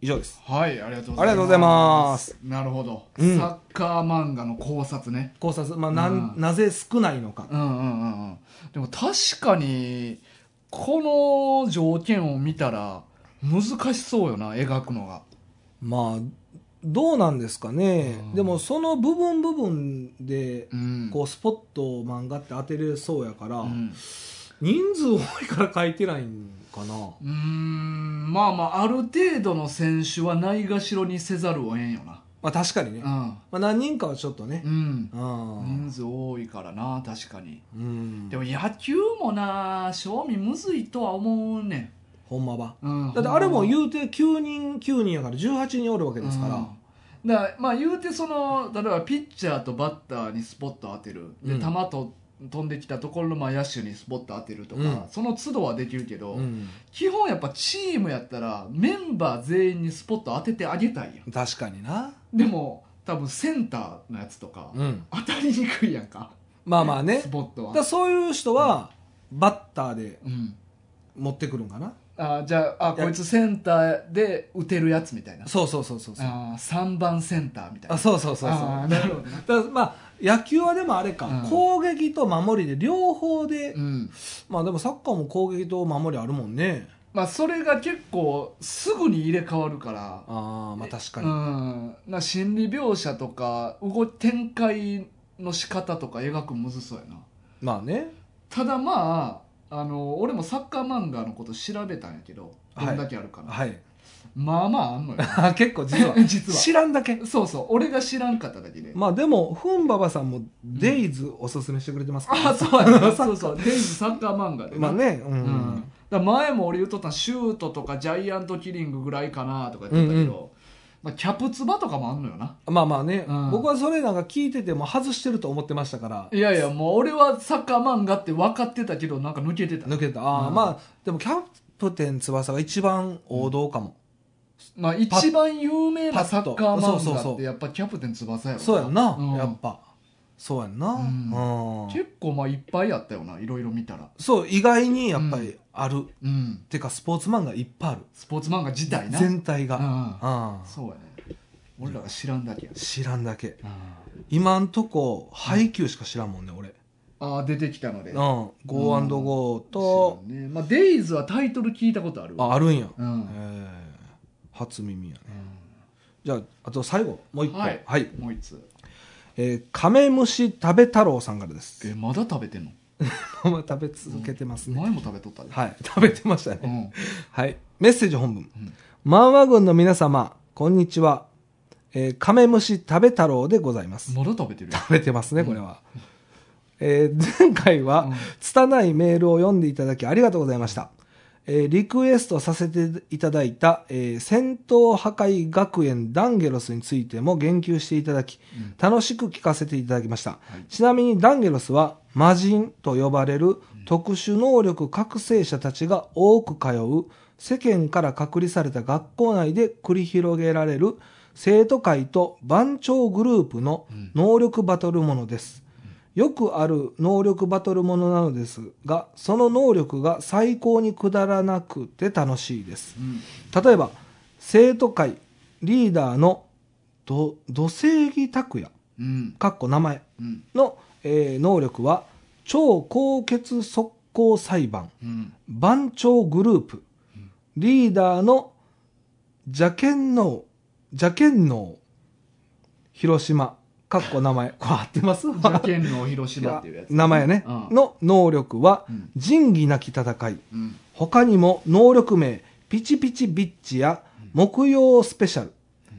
B: 以上です。
A: はいありがとう
B: ありがとうございます
A: なるほど
B: うん
A: サッカー漫画の考察ね
B: 考察、まあ、なん
A: うん
B: なぜ少ないのか。
A: うんうんうんうんでも確かにこの条件を見たら難しそうよな描くのが
B: まあ、どうなんですかね。
A: うん
B: でも、その部分部分で、
A: うん
B: こうスポットを漫画って当てれそうやから、
A: うん
B: 人数多いから書いてないんかな
A: うーんまあまあある程度の選手はないがしろにせざるをえんよな
B: まあ確かにね、まあ、何人かはちょっとね
A: うん、うん、
B: うん、
A: 人数多いからな確かに
B: うん、
A: でも野球もな賞味むずいとは思うね
B: ほんまは
A: ん、うん、
B: だってあれも
A: う
B: 言うて9人9人やから18人おるわけですから、
A: うんだからまあ言うてその例えばピッチャーとバッターにスポット当てるで
B: うん
A: 球と飛んできたところのまあ野手にスポット当てるとか、
B: うん
A: その都度はできるけど、
B: うん
A: 基本やっぱチームやったらメンバー全員にスポット当ててあげたいやん
B: 確かにな、
A: でも多分センターのやつとか、
B: うん、
A: 当たりにくいやんか
B: まあまあね
A: スポット
B: だ
A: は
B: からそういう人はバッターで
A: うん
B: 持ってくるんかな、
A: ああじゃああこいつセンターで打てるやつみたいな
B: そうそうそうそうそう
A: あ3番センターみたい
B: あ
A: な
B: そうそうそうそう
A: あーなるほど
B: だからまあ野球はでもあれか、
A: うん
B: 攻撃と守りで両方で、
A: うん
B: まあでもサッカーも攻撃と守りあるもんね
A: まあそれが結構すぐに入れ替わるから
B: ああまあ確か
A: う
B: に、
A: ん、な心理描写とか動き展開の仕方とか描くのむずそうやな
B: まあね
A: ただまああの俺もサッカー漫画のこと調べたんやけど
B: はい
A: どんだけあるかな、
B: はい
A: まあまああんのよ
B: [laughs] 結構 [laughs] 実は
A: 実は
B: 知らんだけ
A: そうそう俺が知らんかっただけで、
B: まあでもふんばばさんも「デイズおすすめしてくれてますから、
A: あそうやなそうそうデイズサッカー漫画で
B: ま
A: な
B: あねうん、
A: うんだから前も俺言っとったシュートとかジャイアントキリングぐらいかなとか言ってたけど、まあ、キャプツバとかもあんのよな
B: まあまあね、
A: うん
B: 僕はそれなんか聞いてても外してると思ってましたから
A: いやいやもう俺はサッカー漫画って分かってたけどなんか抜けてた
B: 抜けたああ、
A: うん
B: まあでもキャプテン翼が一番王道かも、
A: まあ
B: パッ
A: 一番有名なサッカー
B: パッとそうそう
A: 漫
B: そ
A: 画っ
B: う
A: てやっぱキャプテン翼やろ
B: そうやんな、
A: うん
B: やっぱそうやんな、
A: うん
B: うん
A: 結構まあいっぱいあったよないろいろ見たら
B: そう意外にやっぱりある、
A: うん
B: てかスポーツ漫画いっぱいある
A: スポーツ漫画自体な
B: 全体が、
A: う
B: あ
A: ん、
B: あ
A: そうやね俺らが知らんだけや
B: 知らんだけ
A: あ
B: 今んとこ配球しか知らんもんね俺
A: あー出てきたので
B: うん Go&Go と、
A: 知らんねまあデイズはタイトル聞いたことあるわ
B: ああるんや、
A: うん
B: へえ初耳やね
A: う
B: じゃああと最後もう一個は
A: はいい、んもう一つ
B: えーカメムシ食べ太郎さんからです
A: えまだ食べてんの
B: 食べ続けてますね、
A: 前も食べとったで、
B: はい [laughs] 食べてましたね、
A: うん
B: はい。メッセージ本文。
A: うん
B: マンワ軍の皆様、こんにちは。えーカメムシ食べ太郎でございます。
A: まだ食べてるやん
B: [laughs] 食べてますね、これは。えー前回
A: う
B: は
A: ん、
B: 拙いメールを読んでいただきありがとうございました。えーリクエストさせていただいた、えー戦闘破壊学園ダンゲロスについても言及していただき、
A: うん
B: 楽しく聞かせていただきました、
A: い
B: ちなみにダンゲロスは魔人と呼ばれる特殊能力覚醒者たちが多く通う世間から隔離された学校内で繰り広げられる生徒会と番長グループの能力バトルものです、よくある能力バトルものなのですがその能力が最高にくだらなくて楽しいです
A: うん
B: 例えば生徒会リーダーのど土星義拓也
A: うん
B: かっこ名前
A: うん
B: の、えー能力は超高血速攻裁判
A: うん
B: 番長グループリーダーの邪剣能邪剣能広島かっこ名前これ合ってます
A: じゃけんの広島っていうやつ
B: 名前やね、
A: うん
B: の能力は
A: うん
B: 仁義なき戦い
A: うん
B: 他にも能力名ピチピチビッチや木曜スペシャル、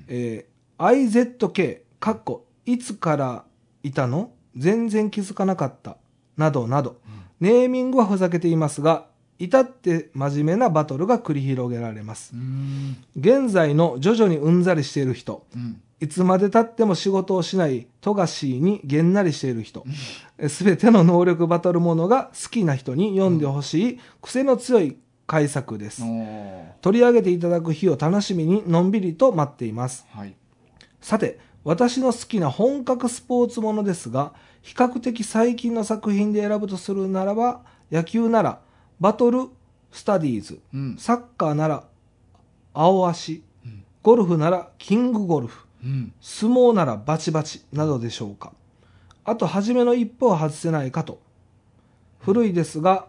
B: えー IZK かっこいつからいたの全然気づかなかったなどなど、ネーミングはふざけていますが至って真面目なバトルが繰り広げられます
A: うん
B: 現在の徐々にうんざりしている人
A: うん
B: いつまでたっても仕事をしない富樫にげんなりしている人すべての能力バトルものが好きな人に読んでほしい癖の強い改作です、
A: お
B: 取り上げていただく日を楽しみにのんびりと待っています
A: ーはい
B: さて私の好きな本格スポーツものですが比較的最近の作品で選ぶとするならば野球ならバトルスタディーズ
A: うん
B: サッカーなら青足
A: うん
B: ゴルフならキングゴルフ
A: うん
B: 相撲ならバチバチなどでしょうかあと初めの一歩を外せないかと古いですが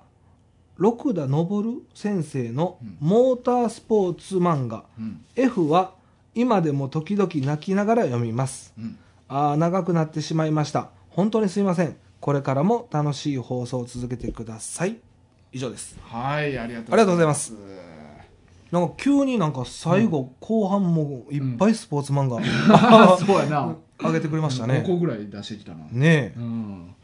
B: 六田昇先生のモータースポーツ漫画
A: うん
B: F は今でも時々泣きながら読みます
A: うん
B: ああ長くなってしまいました本当にすいませんこれからも楽しい放送を続けてください以上です
A: はいありがとう
B: あなんか急になんか最後、後半もいっぱいスポーツ漫画、
A: あ [laughs] ーそうやな
B: 上げてくれましたね
A: 5個ぐらい出してきたな
B: ねえ
A: うん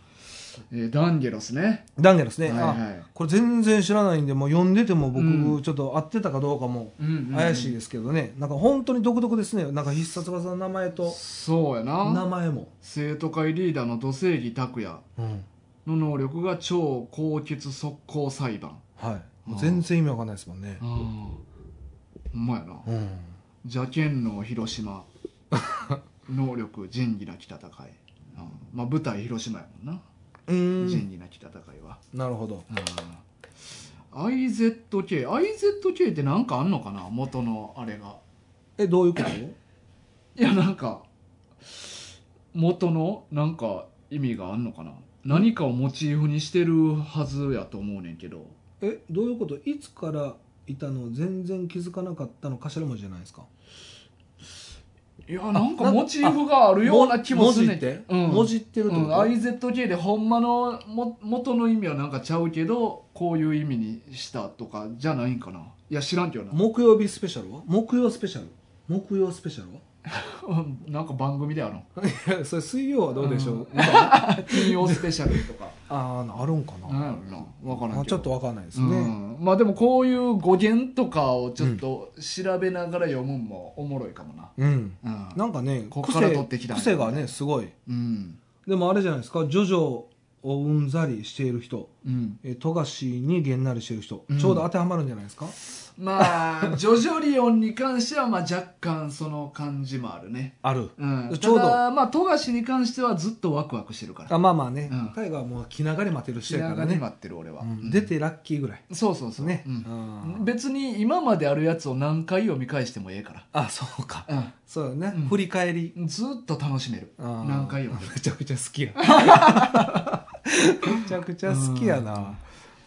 A: えーダンゲロスね
B: ダンゲロスね、
A: はいはい
B: あこれ全然知らないんでもう読んでても僕、
A: うん
B: ちょっと合ってたかどうかも
A: うんうんうん
B: 怪しいですけどね、なんか本当に独特ですねなんか必殺技の名前と
A: そうや
B: 名
A: な
B: 前も、
A: 生徒会リーダーの土星義拓也
B: うん
A: の能力が超高血速攻裁判
B: はい、もう全然意味わかんないですもんね
A: あ、ほんまやな
B: うん、
A: 邪剣の広 [laughs] 島能力仁義なき戦い、うんまあ舞台広島やもんな、
B: うーん
A: 仁義なき戦いは、
B: なるほど
A: うん IZK IZK ってなんかあんのかな元のあれが
B: えどういうこと
A: いやなんか元のなんか意味があんのかな何かをモチーフにしてるはずやと思うねんけど
B: えどういうこといつからいたの全然気づかなかったの頭文字じゃないですか
A: いやなん
B: な
A: か
B: んか
A: モチーフがあるような気もするねん
B: 文字って、
A: うん
B: 文字ってるって
A: う
B: こ
A: ん、
B: と、
A: IZK でほんまのも元の意味はなんかちゃうけどこういう意味にしたとかじゃないんかないや知らんけどな
B: 木曜日スペシャルは木曜スペシャル木曜スペシャルは
A: うん [laughs] なんか番組であるの
B: い
A: [laughs]
B: やそれ水曜はどうでしょう、
A: うん
B: みたいなあ
A: 金曜スペシャルとか
B: [laughs] ーあるんか
A: なん
B: な、
A: やろな分からん
B: あ
A: け
B: ちょ
A: ど
B: っとわかんないです
A: う
B: ね、
A: ん、まあでもこういう語源とかをちょっと調べながら読むんもおもろいかもな、
B: うん、
A: うん
B: なんかね
A: こっから取ってきたんや
B: 癖がねすごい
A: うん
B: でもあれじゃないですかジョジョをうんざりしている人
A: うん、
B: え富樫にげんなりしている人、
A: うん
B: ちょうど当てはまるんじゃないですか
A: ま
B: [laughs]
A: あジョジョリオンに関してはまあ若干その感じもあるね、
B: ある
A: うん、
B: ちょうど
A: ただまあ富樫に関してはずっとワクワクしてるから
B: あまあまあね、
A: うん
B: タイガーはもう気長に待てる
A: 仕
B: 人や
A: 上
B: か
A: が
B: ら
A: り
B: ね、
A: 待ってる俺は、
B: うん出てラッキーぐらい
A: そうそうそう
B: ね、
A: うん
B: うん
A: 別に今まであるやつを何回読み返してもええか、
B: あそうからそうだね、
A: うん
B: 振り返り
A: うん、ずっと楽しめる
B: あー
A: 何回読んでも
B: めちゃくちゃ好き
A: [laughs]
B: やめちゃくちゃ好きやな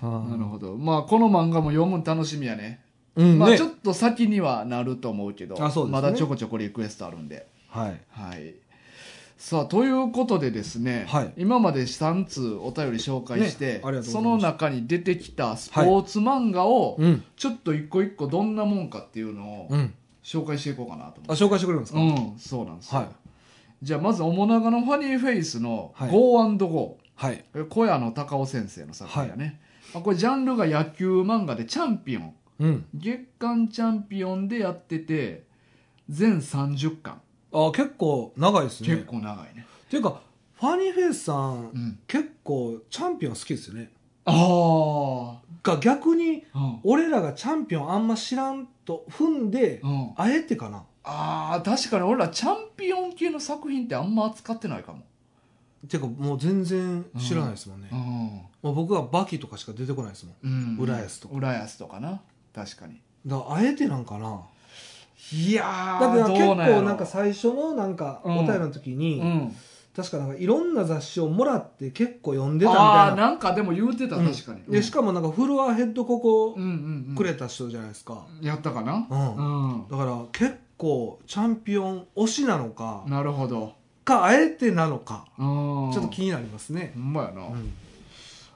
A: な
B: な
A: るほどまあこの漫画も読むの楽しみやね
B: どうん
A: まあ、
B: ね
A: ちょっと先にはなると思うけど
B: あそうです
A: ま
B: ね
A: だちょこちょこリクエストあるんで。
B: はい
A: はいさあということでですね、
B: はい
A: 今まで3通お便り紹介して、
B: ねありがとうございます
A: その中に出てきたスポーツ漫画を、
B: うん
A: ちょっと一個一個どんなもんかっていうのを
B: うん
A: 紹介していこうかなと
B: あ
A: 思って
B: 紹介してくれるんですか、
A: うん、そうなんですよ、
B: はい
A: じゃあまず「おもながのファニーフェイス」の
B: はい
A: Go&Go、
B: はい
A: え小屋の高尾先生の作品やね、あこれジャンルが野球漫画でチャンピオン
B: うん
A: 月間チャンピオンでやってて全30巻
B: あ結構長いですね
A: 結構長いね、
B: っていうかファニーフェイスさん、
A: うん、
B: 結構チャンピオン好きですよね
A: あ
B: が逆に
A: あ、うん
B: 俺らがチャンピオンあんま知らんと踏んで、
A: うん、
B: あえてかな
A: あー確かに俺らチャンピオン系の作品ってあんま扱ってないかも、
B: ていうかもう全然知らないですもんね、
A: う
B: もう僕はバキとかしか出てこないですもん
A: ん
B: 浦安とか
A: 浦安とかな確かに
B: だからあえてなんかない
A: や
B: だってな
A: ど
B: 結
A: うやろ
B: 構なんか最初のなんか
A: うん
B: お便りの時に、
A: うん、
B: 確かなんかいろんな雑誌をもらって結構読んでたみ
A: あ
B: た
A: あ
B: いな
A: なんかでも言うてた
B: うん
A: 確かに、
B: でしかもなんかフロアヘッドここ
A: うんうんうん、
B: くれた人じゃないですか、
A: やったかな
B: うん
A: うん、
B: だから結構チャンピオン推しなのか、
A: なるほど、
B: かあえてなのか
A: うん、
B: ちょっと気になりますね
A: ほ、んまやな、
B: うん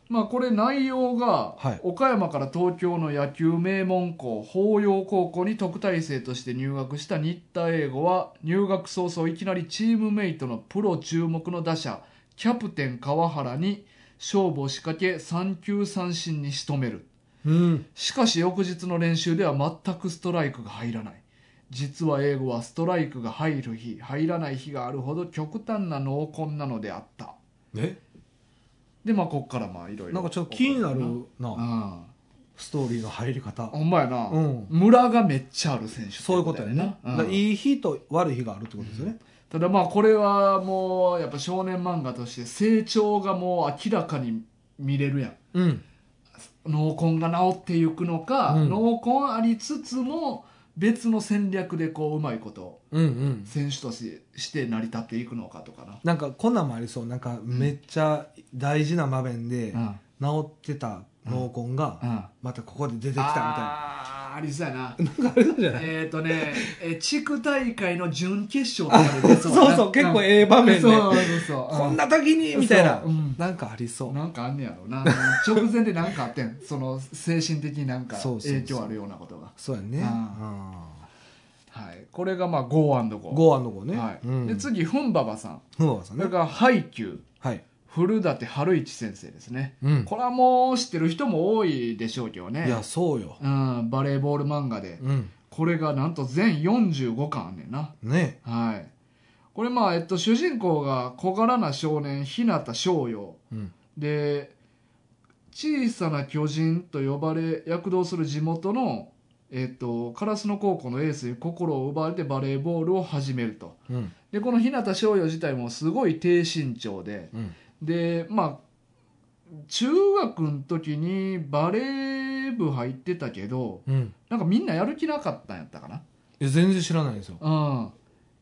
A: まあこれ内容が、
B: はい
A: 岡山から東京の野球名門校法陽高校に特待生として入学した新田英吾は入学早々いきなりチームメイトのプロ注目の打者キャプテン川原に勝負を仕掛け三球三振に仕留める
B: うん、
A: しかし翌日の練習では全くストライクが入らない実は英語はストライクが入る日入らない日があるほど極端な濃紺なのであった
B: ね
A: でまあこっからまあいろいろ
B: なんかちょっと気になる
A: う
B: な、
A: ん
B: ストーリーの入り方、
A: ほんまやな、
B: うん
A: ムラがめっちゃある選手って
B: そういうことやね、
A: だよ
B: だ
A: な
B: から
A: うん
B: いい日と悪い日があるってことですよね、
A: ただまあこれはもうやっぱ少年漫画として成長がもう明らかに見れるやん
B: うん
A: 濃紺が治っていくのか、
B: うん
A: 濃紺ありつつも別の戦略でこううまいこと
B: うんうん
A: 選手としてして成り立っていくのかとかな、
B: なんかこんなんもありそうなんかめっちゃ大事な場面で
A: うん
B: 治ってた濃紺が
A: うん
B: またここで出てきたみた
A: あーありそうやない
B: ななんかあれなんじゃない
A: えっ、ー、とね、えー地区大会の準決勝とかで出
B: [laughs] そう
A: やな
B: そう結構ええ場面で
A: そうそうそう
B: こんな時にみたいな
A: そううん
B: なんかありそう
A: なんかあんねやろう
B: [laughs]
A: な直前でなんかあってんその精神的になんか
B: そうそうそう
A: 影響あるようなことが
B: そうやね
A: はいこれがまあ Go&Go
B: ゴアのゴね
A: はい
B: うん
A: で次ふんばばさん
B: ふわわさん
A: こ
B: ね
A: れがハイキュー
B: はい
A: 古舘春一先生ですね、
B: うん
A: これはもう知ってる人も多いでしょうけどね
B: いやそうよ
A: うん、バレーボール漫画で
B: うん
A: これがなんと全45巻あんねんな
B: ね
A: はいこれまあ、えっと、主人公が小柄な少年日向翔陽
B: うん
A: で小さな巨人と呼ばれ躍動する地元の、えっと烏野高校のエースに心を奪われてバレーボールを始めると
B: うん
A: でこの日向翔陽自体もすごい低身長で
B: うん
A: でまあ中学の時にバレー生部入ってたけど
B: うん
A: なんかみんなやる気なかったんやったか
B: いや全然知らないんですよ、
A: なうん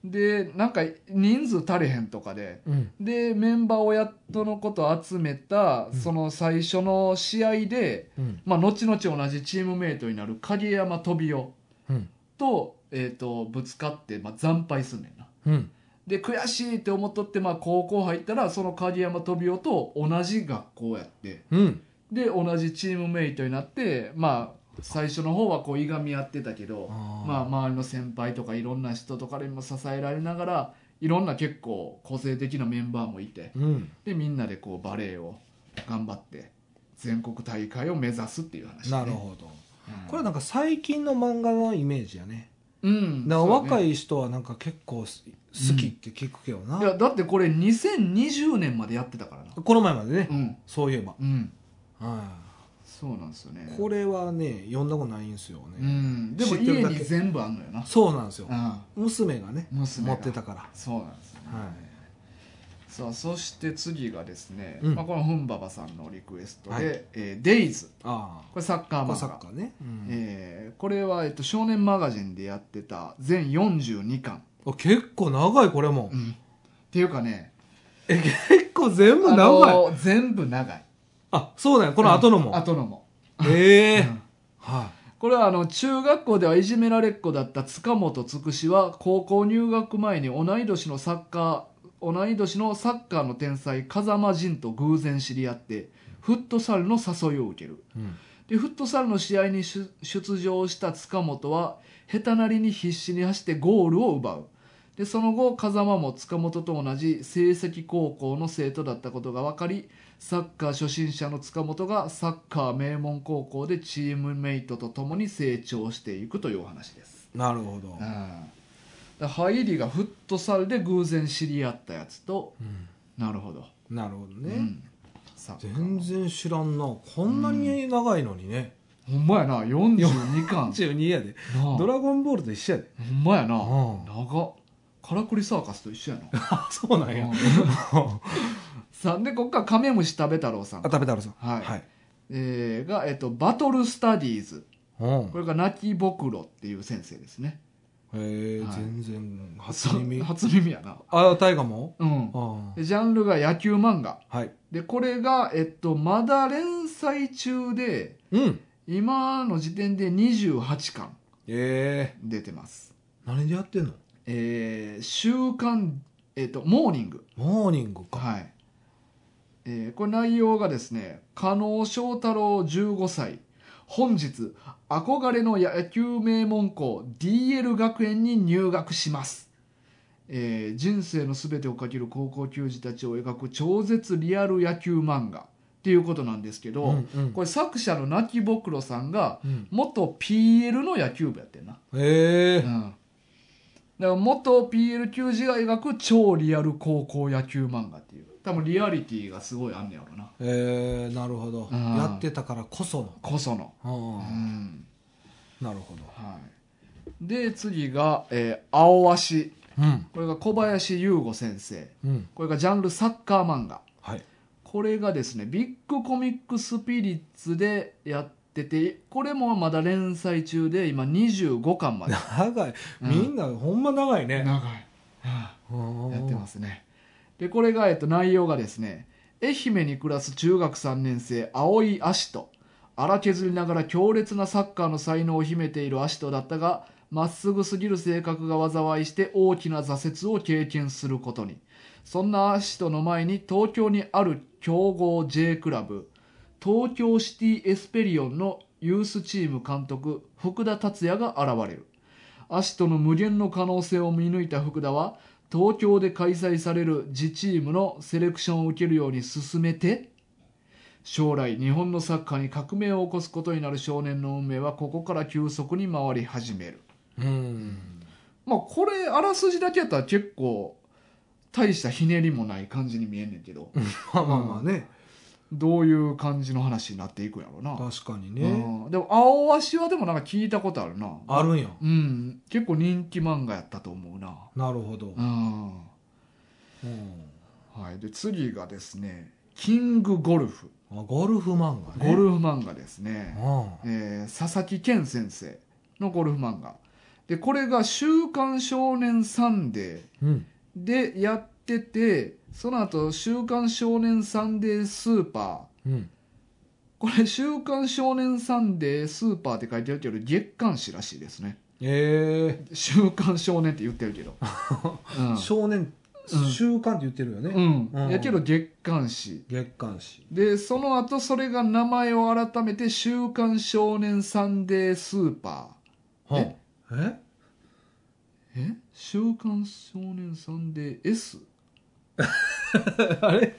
A: でなんか人数足りへんとかで
B: うん、
A: でメンバーをやっとのこと集めた、
B: ん
A: その最初の試合で、
B: うん
A: まあ、後々同じチームメイトになる影山飛雄
B: うん
A: と,、えー、とぶつかって、まあ、惨敗すんねんな
B: うん
A: で悔しいって思っとって、まあ、高校入ったらその影山飛雄と同じ学校やって
B: うん
A: で同じチームメイトになってまあ最初の方はこういがみ合ってたけど
B: あー
A: まあ、周りの先輩とかいろんな人とかにも支えられながらいろんな結構個性的なメンバーもいて
B: うん
A: でみんなでこうバレエを頑張って全国大会を目指すっていう話、ね、
B: なるほど
A: うん
B: これなんか最近の漫画のイメージやね
A: うん
B: だから若
A: い
B: い人はなんか結構す好きって聞くけどな、
A: いやだってこれ2020年までやってたからな
B: この前までね、
A: うん
B: そういえば、
A: うん
B: は
A: そうなんですよね
B: い、これはね読んだことないんですよ
A: う
B: ね、
A: んでも
B: 知ってる
A: 家
B: だけ
A: に全部あんのよな
B: そうなんですよ、
A: うん
B: 娘がね
A: 娘
B: 持
A: が
B: ってたから
A: そうなんですよね、
B: はい
A: さあそして次がですね、
B: うん
A: まあ、このふんばばさんのリクエストで「
B: はい
A: えー、デイズ
B: あ
A: これサッカー
B: あ
A: 漫画
B: これサッカーね、うん
A: えーこれは、えっと、少年マガジンでやってた全42巻、
B: あ結構長いこれも、
A: うんっていうかね
B: え結構全部長い、あ
A: あのー全部長い
B: そうだよこの後の
A: う
B: も、
A: ん後のも、
B: ええ
A: うん
B: は
A: これはあの中学校ではいじめられっ子だった塚本つくしは高校入学前に同い年のサッカー同い年のサッカーの天才風間仁と偶然知り合ってフットサルの誘いを受ける
B: い、うん
A: でフットサルの試合に出出場した塚本は下手なりに必死に走ってゴールを奪うでその後風間も塚本と同じ成績高校の生徒だったことが分かりサッカー初心者の塚本がサッカー名門高校でチームメイトと共に成長していくというお話です、
B: なるほど
A: う、ん、だ入りがフットサルで偶然知り合ったやつと
B: うん、
A: なるほど、
B: なるほどね、
A: うん、サッカー
B: 全然知らんなこんなに長いのにね、
A: ほんまやな42巻 [laughs]
B: 42やで
A: なあ
B: ドラゴンボールと一緒やで
A: ほんまやな、
B: うん
A: 長っカラクリサーカスと一緒やな
B: あ [laughs] そうなんや、
A: うん
B: あ
A: さあでこっからカメムシ食べ太郎さん、
B: 食べたらさん
A: はい
B: はい、
A: えーが、えっと「バトルスタディーズ」
B: うん
A: これが「泣きぼくろ」っていう先生ですね
B: へえ、
A: はい
B: 全然初耳
A: そう初耳やな
B: あ大河も
A: うん
B: あ
A: でジャンルが野球漫画
B: あはい
A: でこれが、えっと、まだ連載中で
B: うん
A: 今の時点で28巻
B: ええ
A: 出てます
B: 何でやってんの
A: えー週刊、えっと、モーニング
B: モーニングか、
A: はいえーこれ内容がですね加納翔太郎15歳本日憧れの野球名門校 DL 学園に入学します、えー人生の全てをかける高校球児たちを描く超絶リアル野球漫画っていうことなんですけど、
B: うんうん
A: これ作者の泣きぼくろさんが
B: うん
A: 元 PL の野球部やってんな
B: ええ
A: うんだから元 PL 球児が描く超リアル高校野球漫画っていう多分リアリティがすごいあんねやろな
B: ええなるほど、
A: うん
B: やってたからこその
A: こそのう
B: ああ、
A: ん
B: なるほど
A: はいで次が、えー青足」
B: うん
A: これが小林優吾先生
B: うん
A: これがジャンルサッカー漫画
B: はい
A: これがですねビッグコミックスピリッツでやっててこれもまだ連載中で今25巻まで
B: 長い
A: うん
B: みんな、ほんま長いね
A: 長い、はあや
B: や
A: ってますねでこれが、えっと、内容がですね愛媛に暮らす中学3年生青井葦人荒削りながら強烈なサッカーの才能を秘めている葦人だったがまっすぐすぎる性格が災いして大きな挫折を経験することにそんな葦人の前に東京にある強豪 J クラブ東京シティエスペリオンのユースチーム監督福田達也が現れるアシトの無限の可能性を見抜いた福田は東京で開催される自チームのセレクションを受けるように進めて将来日本のサッカーに革命を起こすことになる少年の運命はここから急速に回り始める
B: うん
A: まあこれあらすじだけやったら結構大したひねりもない感じに見えんねんけど
B: まあまあまあね、
A: どういう感じの話になっていくんやろうな、
B: 確かにね、
A: うんでも青足はでもなんか聞いたことあるな
B: あるんや
A: うん結構人気漫画やったと思うな
B: なるほど、
A: うん
B: うん
A: はい、で次がですねキングゴルフ
B: あゴルフ漫画
A: ゴ
B: ね
A: ルフ漫画ですね、
B: ああ
A: えー佐々木健先生のゴルフ漫画でこれが「週刊少年サンデー」
B: うん
A: でやっててその後週刊少年サンデースーパー」
B: うん
A: これ「週刊少年サンデースーパー」って書いてあるけど月刊誌らしいですね
B: え
A: 「週刊少年」って言ってるけど、うん
B: え少年
A: うん
B: 週刊って言ってるよね、
A: うん
B: うん
A: やけど月刊誌
B: 月刊誌
A: でその後それが名前を改めて「週刊少年サンデースーパ
B: はあ
A: え
B: え
A: ー」え「週刊少年サンデー S」
B: [laughs] あれ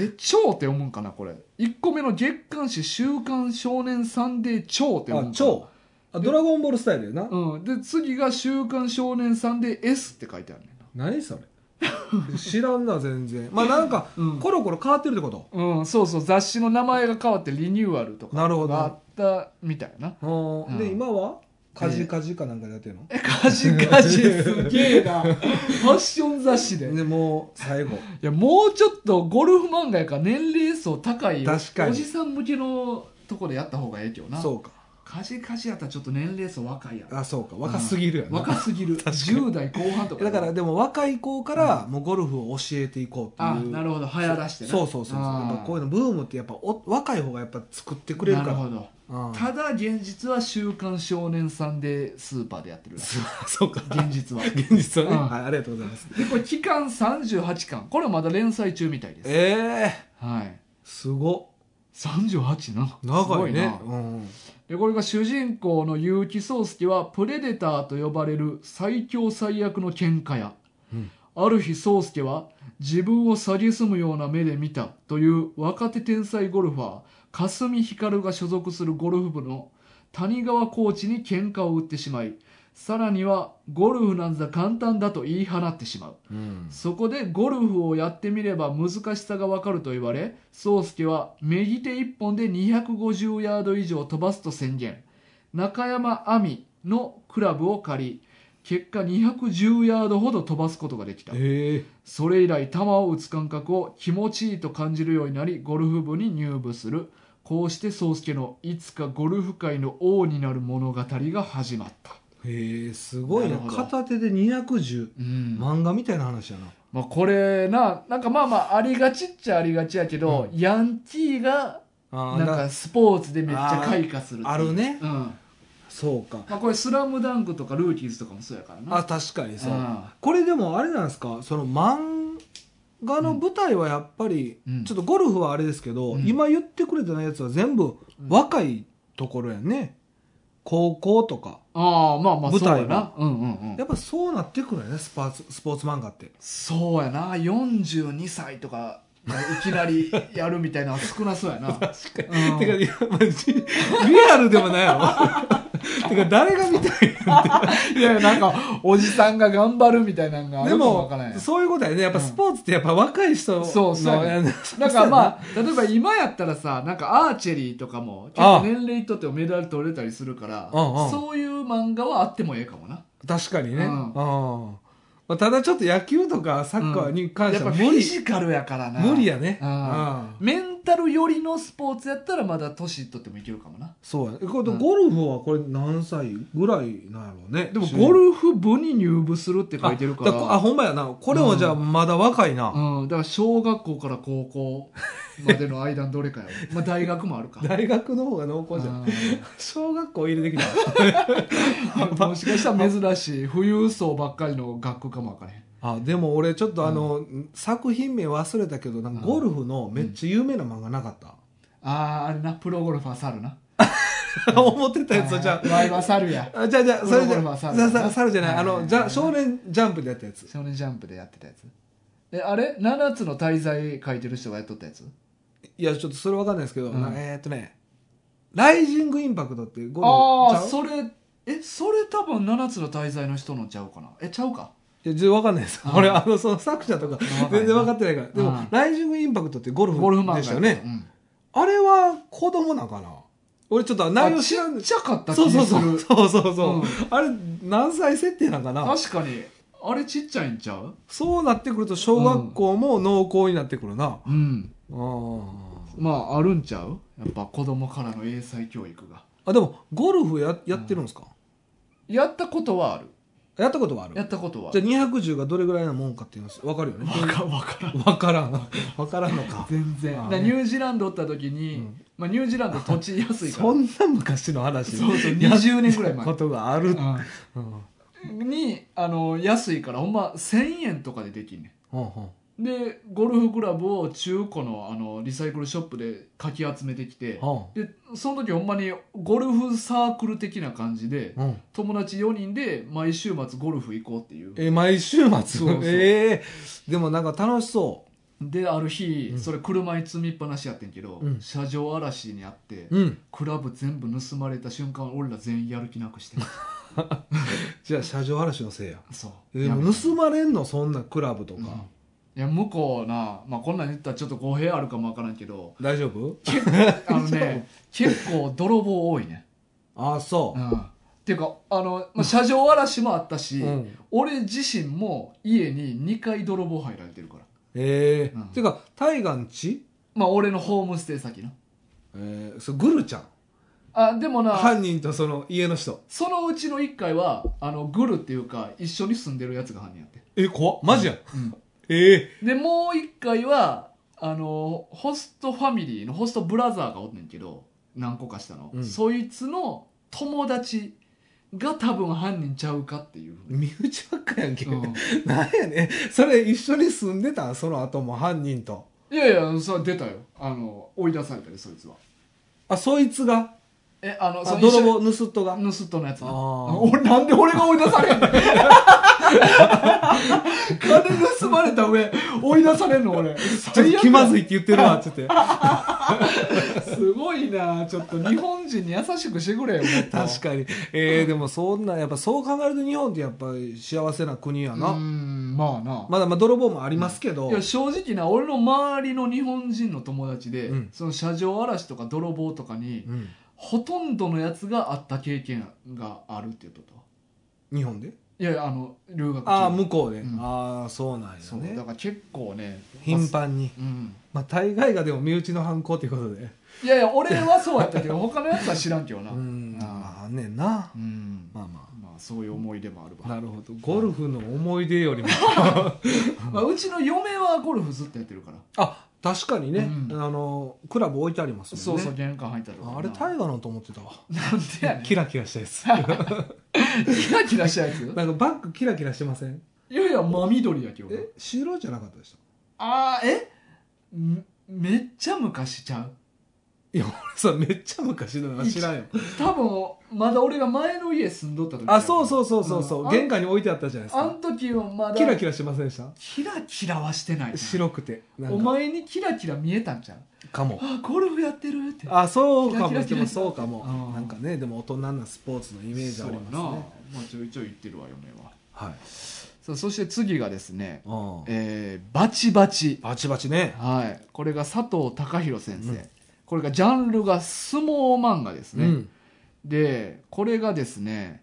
A: え超って思うんかなこれ1個目の月刊誌「週刊少年サンデー超」って思う
B: あ
A: んかな
B: 超あドラゴンボールスタイルよな、
A: うん、で次が「週刊少年サンデー S」って書いてあるねんな
B: 何それ [laughs] 知らんな全然まあなんか、
A: うん
B: コロコロ変わってるってこと
A: うん、そうそう雑誌の名前が変わってリニューアルとか
B: なるほど
A: があったみたいな
B: うん
A: う
B: で
A: ん
B: 今はカジカジかなんかでやってるの、
A: えカジカジすげえなファッション雑誌で
B: でもう最後
A: いやもうちょっとゴルフ漫画やから年齢層高い
B: 確かに
A: おじさん向けのとこでやった方がええけどな
B: そうか
A: カジカジやったらちょっと年齢層若いやん
B: あそうか若すぎるやな、
A: 若すぎる10代後半とか
B: だからでも若い子からもうゴルフを教えていこうっていう
A: あなるほど流行らしてね
B: そうそうそうそう
A: あー
B: やっぱこういうのブームってやっぱお若い方がやっぱ作ってくれるか
A: なる
B: ら
A: ほど
B: うん
A: ただ現実は「週刊少年サンデースーパー」でやってるらし
B: [laughs]
A: い
B: [laughs] そうか
A: 現実は
B: 現実はね、
A: うん
B: はい、ありがとうございます
A: でこれ期間38巻これまだ連載中みたいです
B: ええ
A: はい
B: すご
A: 38な
B: 長いね
A: すごな
B: うん、
A: でこれが主人公の結城宗介はプレデターと呼ばれる最強最悪の喧嘩屋、
B: うん
A: ある日宗介は自分を蔑むような目で見たという若手天才ゴルファー霞光が所属するゴルフ部の谷川コーチに喧嘩を売ってしまいさらにはゴルフなんざ簡単だと言い放ってしまう
B: うん、
A: そこでゴルフをやってみれば難しさがわかると言われ、宗介は右手一本で250ヤード以上飛ばすと宣言。中山亜美のクラブを借り、結果210ヤードほど飛ばすことができた。
B: ええ
A: それ以来球を打つ感覚を気持ちいいと感じるようになり、ゴルフ部に入部する。こうして宗介のいつかゴルフ界の王になる物語が始まった。
B: へえすごい
A: な
B: な
A: るほど
B: 片手で210
A: うん
B: 漫画みたいな話やな
A: まあ、これななんかまあまあありがちっちゃありがちやけど、
B: う
A: ヤンキーが
B: あー
A: なん
B: だ
A: かスポーツでめっちゃ開花するっていう
B: あるね
A: うん
B: そうか
A: まあ、これ「スラムダンクとか「ルーキーズとかもそうやからな
B: あ確かにそう
A: あ
B: これでもあれなんですかその漫画の舞台はやっぱり、
A: うん
B: ちょっとゴルフはあれですけど、
A: うん
B: 今言ってくれたやつは全部若いところやね、高校とか
A: あーまあまあ
B: 舞
A: そう
B: 台
A: やなうんうんうん
B: やっぱそうなってくるよねスパーツスポーツ漫画って
A: そうやな42歳とかがいきなりやるみたいなのは少なそうやな
B: [laughs] 確
A: かに
B: てかいやまあじリアルでもない
A: [laughs]
B: やろてか誰が見たい
A: いやなんかおじさんが頑張るみたいなのがあ
B: で
A: るかもわ
B: も
A: からんやん
B: そういうことやねやっぱスポーツってやっぱ若い人の、
A: そうそう
B: やね
A: [laughs] なんかまあ、例えば今やったらさ、なんかアーチェリーとかも、結
B: ああ
A: 構年齢とってもメダル取れたりするから、
B: うんうん
A: そういう漫画はあってもええかもな。
B: 確かにね、
A: う
B: うんんまあ、ただちょっと野球とかサッカーに関し
A: やってぱ
B: は
A: フ
B: 無
A: ィ
B: 理、
A: ジカルやからな。
B: 無理やね、
A: うん
B: うん
A: メンタル寄りのスポーツやったらまだ年取ってもいけるかもな。
B: そうやねこれ
A: うん
B: ゴルフはこれ何歳ぐらいなんやろうね
A: でもゴルフ部に入部するって書
B: あ
A: いてるか
B: だ
A: ら、
B: あほんまやなこれもじゃあまだ若いな、
A: うん、だから小学校から高校までの間のどれ [laughs] かやろ。まあ大学もあるか。
B: 大学の方が濃厚じゃん
A: [laughs]
B: 小学校入れてきた
A: うんもしかしたら珍しい富裕層ばっかりの学区かもわからへん。
B: あでも俺ちょっとあの、作品名忘れたけどなんかゴルフのめっちゃ有名な漫画なかった、
A: ああ、あれな、プロゴルファー猿な。
B: [laughs] 思ってたやつはじゃあ
A: ワイは猿や。
B: あじゃあじゃあそれじ
A: プロゴルフ
B: ゃ
A: ァー
B: あ
A: 猿
B: さ
A: だな
B: さ猿じゃな
A: は
B: い
A: い
B: あ
A: はいはい
B: のじゃ少年ジャンプでやったやつ
A: 少年ジャンプでやってたやつ。え、あれ ?7 つの滞在書いてる人がやっとったやつ
B: いやちょっとそれわかんないですけど、
A: うん
B: なえーっとね「ライジングインパクト」っていうゴルフ
A: ああ、
B: ちゃう
A: それ、え、それ多分7つの滞在の人のちゃうかな。え、ちゃうか。
B: いや全然わかんないです
A: あー
B: 俺あのその作者とか
A: あー
B: 全然わかってないからで
A: う
B: も
A: ん
B: 「ライジングインパクト」ってゴル
A: ゴルフ漫
B: フ
A: 画
B: でしたよ
A: や
B: ね
A: つうん
B: あれは子供なんかな俺ちょっと内
A: あ
B: 容
A: ち
B: 知らん
A: っちゃかった気
B: そう
A: がす
B: そ
A: る。
B: うそうそうそうそう、
A: うん
B: あれ何歳設定なんかな
A: 確かに。あれちっちゃいんちゃう
B: そうなってくると小学校も濃厚になってくるな、
A: うん。
B: あ
A: まああるんちゃうやっぱ子供からの英才教育が
B: あでもゴルフややってるんですか、
A: やったことはある
B: やったことはある
A: やったことはあ
B: じ
A: る
B: ゃあ210がどれぐらいなもんかっていうのわかるよね
A: わかわからん
B: [laughs] わから
A: [laughs]
B: んわからんのか
A: 全然だ
B: あー
A: からニュージーランドおった時に、
B: うん
A: まあ、ニュージーランド土地安いから
B: [laughs] そんな昔の話
A: そうそう20年ぐらい前
B: ことがある、うん
A: うんにあの安いからほんま1000円とかでできんね
B: ほんほん
A: んでゴルフクラブを中古のあのリサイクルショップでかき集めてきて
B: ほ
A: でその時ほんまにゴルフサークル的な感じで
B: んうん
A: 友達4人で毎週末ゴルフ行こうっていう
B: え毎週末
A: そうそう
B: ええでもなんか楽しそ
A: である日、
B: うん
A: それ車に積みっぱなしやってんけど、
B: うん
A: 車上荒らしにあって、
B: ううん
A: クラブ全部盗まれた瞬間俺ら全員やる気なくしてる
B: じゃあ車上嵐のせいや
A: そう
B: [laughs] えで
A: やめ
B: も
A: た
B: 盗まれんのそんなクラブとか、
A: うんいや向こうな、まあ、こんなん言ったらちょっと語弊あるかもわからんけど
B: 大丈夫
A: あの
B: [laughs]
A: ね結構泥棒多いね、
B: ああそうう、
A: ん、っていうかあの、まあ、車上荒らしもあったし、
B: うん
A: 俺自身も家に2回泥棒入られてるから
B: ええ
A: うん
B: ていうかタイガンチ
A: まあ俺のホームステイ先の
B: ええそれグルちゃん
A: あでもな、
B: 犯人とその家の人
A: そのうちの1回はあのグルっていうか一緒に住んでるやつが犯人やって、
B: え怖っマジやん、
A: うん
B: ええ
A: でもう一回はあのホストファミリーのホストブラザーがおんねんけど何個かしたの、
B: うん
A: そいつの友達が多分犯人ちゃうかっていう
B: [laughs]
A: ふうに、
B: 身内ばっかやんけ、
A: うん
B: [laughs] なんやねんそれ一緒に住んでたんその後も犯人と
A: いやいやそれ出たよあの追い出されたでそいつは
B: あそいつが
A: えあの
B: あ
A: そ
B: 泥棒盗っ人が
A: 盗っ人のやつな [laughs]
B: あー
A: 俺なんで俺が追い出されんの [laughs] 金盗まれた上追い出されんの [laughs] 俺
B: ちょっと気まず
A: い
B: いって言ってるわ
A: [laughs]
B: っつって
A: すごいなちょっと日本人に優しくしてくれよもっと
B: 確かにえー、でもそんなやっぱそう考えると日本ってやっぱり幸せな国やな、
A: うーんまあな、
B: まだまあ泥棒もありますけど、
A: いや正直な俺の周りの日本人の友達で、
B: うん
A: その車上荒らしとか泥棒とかに、
B: うん
A: ほとんどのやつがあった経験があるって言っとったわ
B: 日本で
A: いやいやあの留学中
B: ああ向こうで、
A: うん
B: ああそうなん
A: そう
B: や
A: だ
B: ね
A: から結構ね
B: 頻繁に、
A: まあうん
B: まあ、大概がでも身内の犯行ということで
A: いやいや俺はそうやったけど [laughs] 他のやつは知らんけど
B: う
A: な
B: ん
A: あ
B: まあねんな
A: ーうん
B: まあま
A: まあそういう思い出もある
B: あ
A: わ、
B: なるほどゴルフの思い出よりも
A: まあ、うちの嫁はゴルフずっとやってるから、
B: あ確かにね、
A: うん
B: あのクラブ置いてあります
A: そ
B: もん
A: う
B: ね
A: そう玄関入ったと
B: あ
A: か
B: あれ大河のと思ってたわ
A: なんでやねん
B: キ
A: キ
B: ラキラしたやつ
A: ラキラしたやつ
B: [laughs] なんかバッグキラキラしてません
A: いやいや真緑やけどな
B: え白じゃなかったでした
A: ああえんめっちゃ昔ちゃう
B: いや俺さめっちゃ昔だな知らんよ
A: 多分まだ俺が前の家住んどった時
B: あそうそうそうそうそう、
A: ん
B: 玄関に置いてあったじゃないです
A: あんあ
B: か
A: ん時はまだ
B: キラキラしてませんでした
A: キラキラはしてないな
B: 白くてなんか
A: お前にキラキラ見えたんちゃう
B: かも
A: あゴルフやってるって
B: あそうか
A: キラ
B: も
A: キ
B: で
A: ラキラ
B: もそうかも
A: あー
B: なんかねでも大人なスポーツのイメージはあり
A: そうや
B: ま
A: な
B: すね
A: まあちょいちょい言ってるわ嫁は
B: はい
A: さあそして次がですね
B: あー
A: えーバチバチ
B: バチバチね
A: はいこれが佐藤隆弘先生、
B: うん
A: これがジャンルが相撲漫画ですね、
B: うん
A: でこれがですね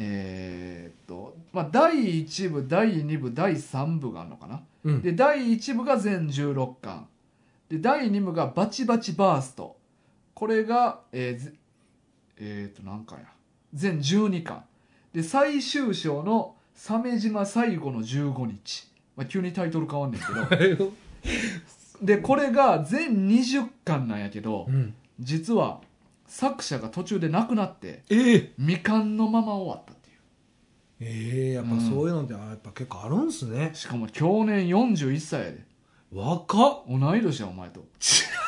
A: えーっと、まあ、第1部第2部第3部があるのかな
B: うん
A: で第1部が全16巻で第2部が「バチバチバースト」これがえーぜえーっと何巻や全12巻で最終章の「鮫島最後の15日」まあ、急にタイトル変わんねんけどでこれが全20巻なんやけど
B: うん
A: 実は作者が途中で亡くなって
B: えー
A: 未完のまま終わったっていう
B: ええやっぱそういうのってあやっぱ結構あるんすね
A: しかも去年41歳やで
B: 若っ
A: 同い年やお前と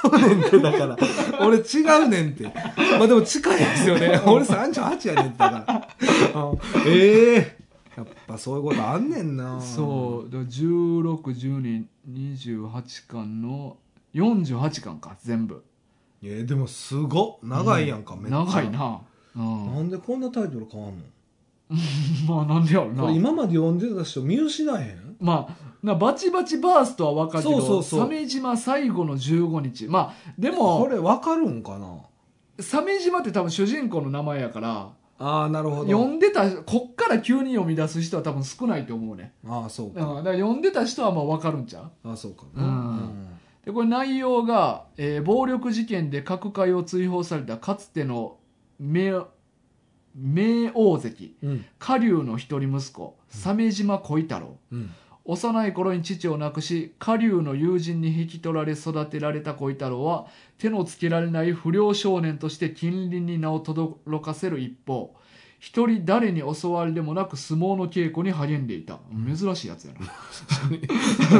B: 違うねんって [laughs] だから俺違うねんってまあでも近いですよね俺38やねんってだからうんええやっぱそういうことあんねんな
A: そうだから161228巻の48巻か全部
B: うえでもすごっ長いやんか、
A: う
B: めっちゃ
A: 長いなうん
B: なんでこんなタイトル変わんの
A: まあなんでやろ
B: これ
A: な
B: 今まで読んでた人見失えへん
A: まあなバチバチバーストは分かるけど
B: そうそうそう
A: 鮫島最後の15日まあで
B: こ
A: も
B: れわかるんかな
A: 鮫島って多分主人公の名前やから
B: ああなるほ
A: 読
B: ど
A: んでたこっから急に読み出す人は多分少ないと思うね
B: ああそう
A: だか
B: から
A: だから読んでた人はまあ分かるんちゃう
B: ああそうか
A: うん
B: うん
A: でこれ内容が、えー暴力事件で各界を追放されたかつての名名王関
B: うん
A: 下流の一人息子鮫島小太郎
B: うん
A: 幼い頃に父を亡くし下流の友人に引き取られ育てられた小太郎は手のつけられない不良少年として近隣に名を轟かせる一方一人誰に襲われでもなく相撲の稽古に励んでいた珍しいやつやな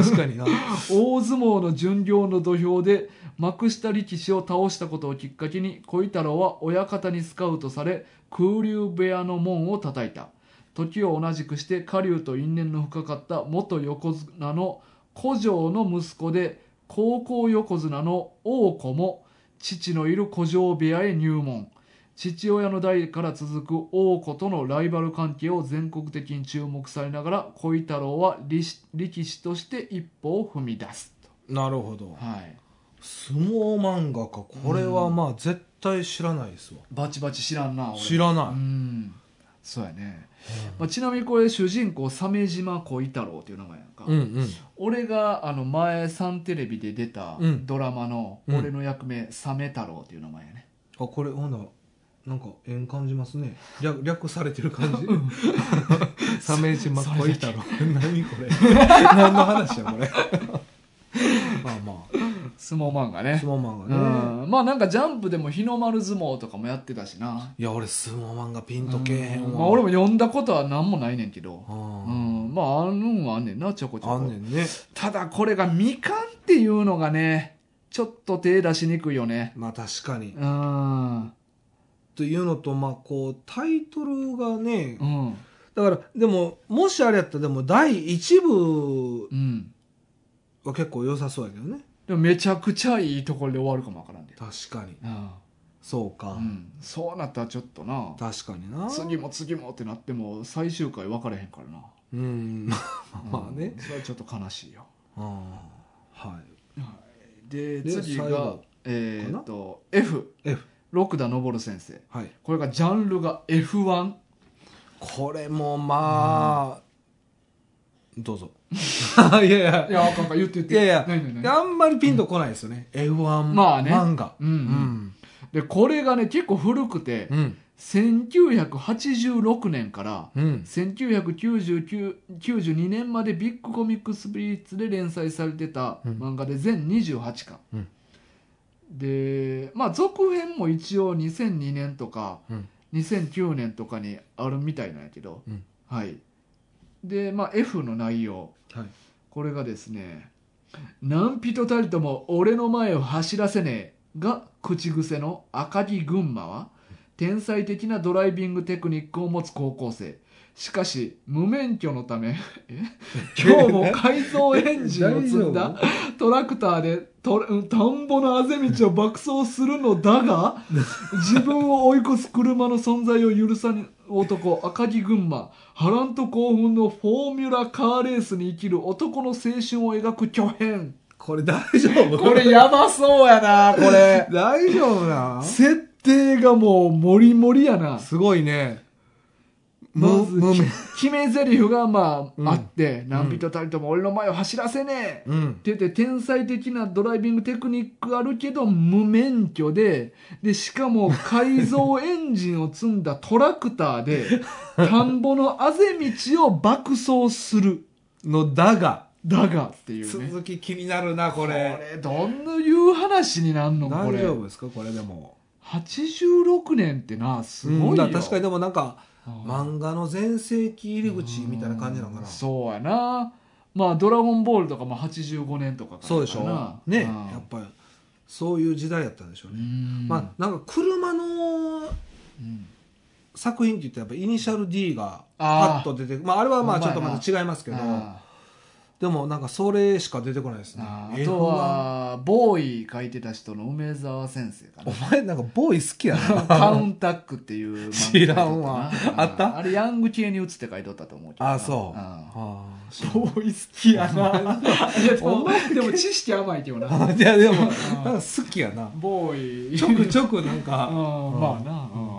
B: 確かにな
A: 大相撲の巡業の土俵で幕下力士を倒したことをきっかけに小太郎は親方にスカウトされ空流部屋の門を叩いた時を同じくして下流と因縁の深かった元横綱の古城の息子で高校横綱の王子も父のいる古城部屋へ入門父親の代から続く王子とのライバル関係を全国的に注目されながら小太郎は力士力士として一歩を踏み出す
B: [laughs] なるほど
A: と、はい、
B: 相撲漫画かこれはまあ絶対知らないですわ
A: バチバチ知らんな俺
B: 知らない
A: うんそうやね、まあ、ちなみにこれ主人公鮫島小太郎っていう名前やんか、
B: うんうん
A: 俺があの前サンテレビで出た
B: うん
A: ドラマの
B: うん
A: 俺の役名、サメ太郎っていう名前やね
B: あこれほななんか縁感じますね略略されてる感じ鮫島
A: [laughs] そ
B: 小
A: れ
B: 太郎 [laughs] 何これ何の話やこれ [laughs] まあまあ
A: 相撲漫画ね
B: 相撲漫
A: う
B: 画ね
A: んまあなんかジャンプでも日の丸相撲とかもやってたしない
B: や俺相撲漫画ピンとけえへんわ、
A: うんまあ、俺も読んだことは何もないねんけど、う
B: あ
A: ん、まああるんはあんねんなちょこちょ
B: ああん
A: こ
B: ねんね
A: ただこれがみかんっていうのがねちょっと手出しにくいよね
B: まあ確かに
A: うん
B: というのとまあこうタイトルがね
A: うん
B: だからでももしあれやったらでも第一部
A: うん
B: は結構良さそうやけどね
A: でもめちゃくちゃいいところで終わるかもわからんで、
B: 確かに
A: うん
B: そうか、
A: うん、そうなったらちょっとな
B: 確かにな
A: 次も次もってなっても最終回分かれへんからな
B: うんまあね
A: うん、それはちょっと悲しいよ
B: ああはい
A: で
B: で
A: 次
B: 最
A: が
B: 後
A: えーっと F
B: F
A: 六田昇先生
B: はい
A: これがジャンルが F1
B: これもまあ、どうぞ [laughs] いやいや
A: いやあかんか言って言って
B: いやいや
A: 何何何
B: であんまりピンとこないですよね、F1
A: まあね
B: 漫画
A: うんでこれがね結構古くて
B: うんうん
A: 1986年から
B: うん
A: 1992年までビッグコミックスピリッツで連載されてた漫画で全28巻、
B: うん
A: でまあ続編も一応2002年とか
B: うん
A: 2009年とかにあるみたいなんやけど、
B: うん
A: はいでまあ F の内容
B: はい
A: これがですね何人たりとも俺の前を走らせねえが口癖の赤木群馬は天才的なドライビングテクニックを持つ高校生しかし無免許のためえ [laughs] 今日も改造エンジンを積んだトラクターでとうん田んぼのあぜ道を爆走するのだ [laughs] が自分を追い越す車の存在を許さぬ男赤木群馬波乱と興奮のフォーミュラカーレースに生きる男の青春を描く巨編
B: これ大丈夫
A: これやばそうやなこれ
B: [laughs] 大丈夫な
A: 設定がもうモリモリやな
B: すごいね
A: まず
B: 無無名
A: 決め台詞がま
B: うん
A: ああって何人たりとも俺の前を走らせねえ
B: うん
A: って言って天才的なドライビングテクニックあるけど無免許ででしかも改造エンジンを積んだトラクター
B: [laughs]
A: で田んぼのあぜ道を爆走する
B: のだが
A: だがっていうね
B: 続き気になるなこ
A: これ
B: れ
A: どんないう話になんのこ
B: 大
A: れ
B: 丈夫ですかこれでも
A: 86年ってなすごいよ、
B: うんだから確かにでもなんか
A: うん
B: 漫画の全盛期入り口みたいな感じなのかな
A: うんそうやなまあ「ドラゴンボール」とかも85年とかからかな
B: そうでしょね
A: うん
B: やっぱりそういう時代やったんでしょう
A: う
B: ね、
A: ん
B: まあなんか車の
A: うん
B: 作品って言ったらやっぱイニシャル D が
A: あ
B: パ
A: ー
B: ッと出てまああれはまあ
A: ほ
B: ち
A: んま
B: ょっ
A: やな
B: とまた違いますけど
A: ああ
B: でもなんかそれしか出てこないですね
A: あ
B: F1
A: あとはボーイ書いてた人の梅沢先生か [laughs]
B: お
A: な
B: 前なんかボーイ好きやな
A: カウンタックっていう漫画
B: 知らんわ
A: 書いとな
B: あった
A: あれヤング系に移って書いとったと思うけどな
B: あそう
A: あ
B: あー
A: あボーイ好きや [laughs] ないやで
B: お
A: もでも知識甘いけどな
B: [laughs] あいやでもなんか好きやな
A: ボーイ [laughs]
B: ちょくちょくなんか
A: うんまあな、うん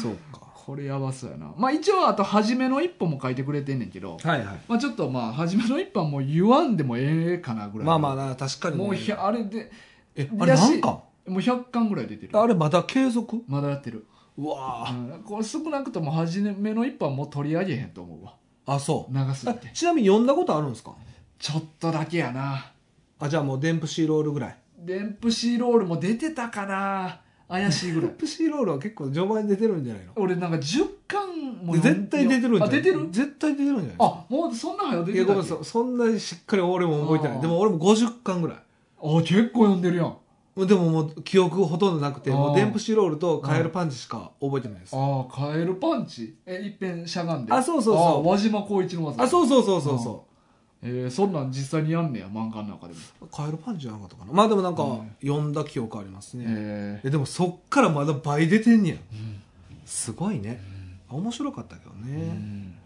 B: そうか
A: これやばそうやなまあ一応あと初めの一歩も書いてくれてんねんけど、
B: はいはい。
A: まあ、ちょっとまあ初めの一歩はもう言わんでもええかなぐらい
B: まあまあな、確かにね。
A: もうひゃあれで
B: え、あ
A: い
B: れ
A: やし
B: なんか
A: もう100巻ぐらい出てる
B: あれまだ継続
A: まだやってる、
B: うわ
A: う
B: ぁ。
A: ん、これ少なくとも初めの一歩はもう取り上げへんと思うわ
B: あ、そう。
A: 長すぎて
B: [laughs] あちなみに読んだことあるんですか
A: ちょっとだけやな
B: あ、じゃあもうデンプシーロールぐらい。
A: デンプシーロールも出てたかな怪しいぐら
B: デ
A: い
B: ンプシーロールは結構序盤に出てるんじゃないの
A: 俺なんか10巻も読ん
B: 絶対出てるんじゃない
A: あ出てる
B: 絶対出てるんじゃない
A: あもうそんな早出
B: いや
A: て
B: ご
A: た
B: めん
A: っ
B: な
A: け
B: さいそんなにしっかり俺も覚えて
A: あ
B: ない
A: ー
B: でも俺も50巻ぐらい
A: あ結構読んでるやんあ
B: もうでももう記憶ほとんどなくて
A: あー
B: もうデンプシーロールとカエルパンチしか覚えてないですあ
A: あカエルパンチえいっぺんしゃがんであ
B: あそうそうそう
A: 輪島光一の技
B: そうそうそうそうそ
A: えーそんなん実際にやんねや漫画の中でも
B: うカエルパンチじゃなかったかなまあでもなんか
A: うん
B: 読んだ記憶ありますね
A: え
B: えでもそっからまだ倍出てんねやすごいね面白かったけど
A: ーう
B: ね
A: ん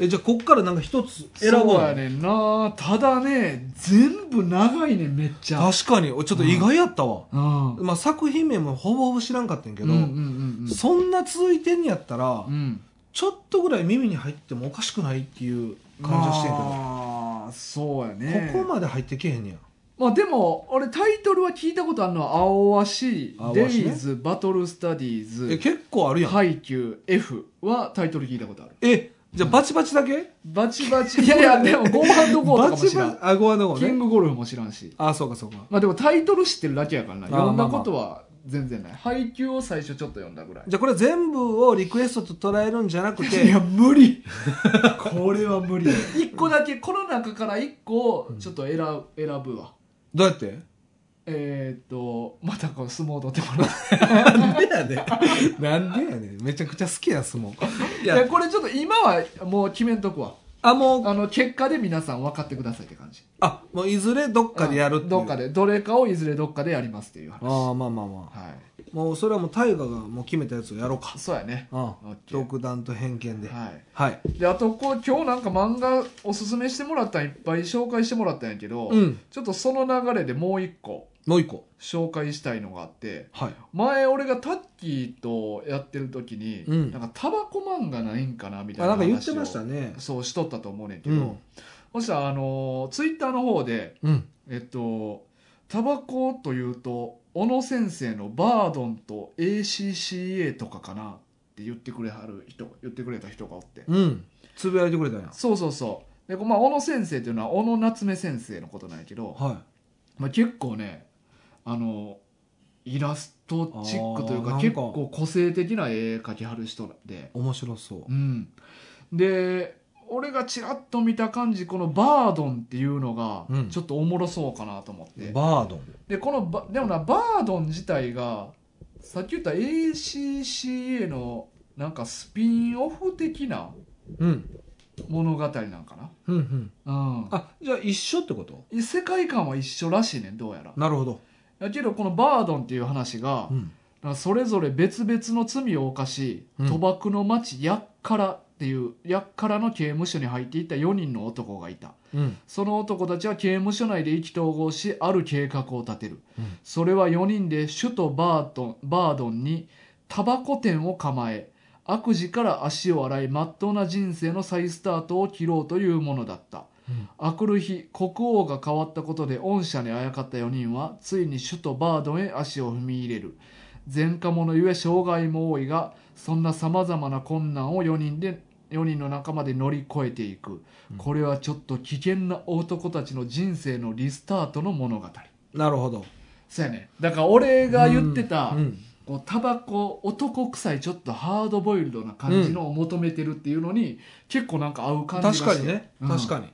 B: えじゃあこっからなんか一つ選
A: 選
B: ぼ
A: ぼ
B: う
A: うやねんなただね全部長いねんめっちゃ
B: 確かにおちょっと意外やったわ
A: うん
B: まあ作品名もほぼほぼ知らんかったんやけ
A: うん
B: ど
A: うんうん
B: そんな続いてんやったら
A: うんうん
B: ちょっとぐらい耳に入ってもおかしくないっていう感じはしてんけ
A: まあそうや
B: ど、
A: ね
B: ここまで入ってけへんねや
A: まあでも俺タイトルは聞いたことあるのは「青足「
B: 青」足ね
A: デイズ」「バトルスタディー
B: え
A: ズ」
B: 結構ある
A: 「
B: やん
A: ハイキュー」「F」はタイトル聞いたことある
B: えじゃあバチバチだけ
A: バチバチいやいやでもゴーハンドゴーと
B: バ
A: かも
B: チ
A: 知ら
B: バチ
A: ん
B: あごめんなさ
A: キ
B: い
A: ン
B: ね
A: グゴルフも知らんし
B: あそうかそうか
A: まあでもタイトル知ってるだけやからな
B: あーまあま
A: 読
B: あ
A: んだことは全然ない「ハイキュー」を最初ちょっと読んだぐらい
B: じゃあこれ全部をリクエストと捉えるんじゃなく
A: い
B: て
A: や無理 [laughs] これは無理一個だけこの中から一個をちょっと選ぶ選ぶわ
B: どうやって
A: えー、っとまたこう相撲取ってもらう
B: なんでやねん [laughs] なんでやねんめちゃくちゃ好きや相撲い
A: いや
B: や
A: これちょっと今はもう決めんとくわ
B: あもう
A: あの結果で皆さん分かってくださいって感じ
B: あもういずれどっかでやるっていう
A: どっかでどれかをいずれどっかでやりますっていう話
B: ああまあまあま
A: は
B: あもうそれはもう大河がもう決めたやつをやろうか
A: いそうやね
B: あ
A: オッ
B: あ
A: ケー
B: 独断と偏見ではい、
A: はいであとこう今日なんか漫画おすすめしてもらったんいっぱい紹介してもらったんやけど、
B: うん
A: ちょっとその流れでもう一個
B: もう一個
A: 紹介したいのがあって
B: はい
A: 前俺がタッキーとやってる時に、
B: うん
A: なんかタバコ漫画ないんかなみたい
B: あ
A: な
B: なん
A: 話を
B: か言ってましたね
A: そうしとったと思うねんけ
B: う
A: ど、
B: ん
A: そしたらあのツイッターの方で
B: うん
A: えっとタバコというと小野先生のバードンと ACCA とかかなって言ってくれはる人言ってくれた人がおって、
B: うんつぶやいてくれたんや
A: そうそうそうで、まあ、小野先生っていうのは小野夏目先生のことなんやけど、
B: は
A: まあ、結構ねあのイラストチックという
B: あーな
A: か
B: んか
A: 結構個性的な絵描きはる人で
B: い面白そう
A: うんで俺がちらっと見た感じこのバードンっていうのが
B: うん
A: ちょっとおもろそうかなと思って、
B: バードン
A: でこのバでもなバードン自体がさっき言った ACCA のなんかスピンオフ的な
B: うん
A: 物語なんか
B: うんうん
A: なうん
B: あじゃあ一緒ってこと
A: い世界観は一緒らしいねんどうやら
B: なるほど
A: だけどこのバードンっていう話が
B: う、ん
A: なんかそれぞれ別々の罪を犯し、
B: うん
A: 賭博の町やっからっていうやっからの刑務所に入っていった4人の男がいた
B: うん
A: その男たちは刑務所内で意気投合しある計画を立てる、
B: うん
A: それは4人で首都バートンバードンにタバコ店を構え悪事から足を洗い真っ当な人生の再スタートを切ろうというものだった、
B: うん
A: あくる日国王が変わったことで恩赦にあやかった4人はついに首都バードンへ足を踏み入れる前科者ゆえ障害も多いがそんなさまざまな困難を4人で4人の仲間で乗り越えていく、
B: うん
A: これはちょっと危険な男たちの人生のリスタートの物語
B: なるほど
A: そうやねだから俺が言ってた、
B: うんうん
A: こうタバコ男臭いちょっとハードボイルドな感じのを求めてるっていうのに、結構なんか合う感じがし
B: 確
A: て
B: かにね
A: うん
B: 確かに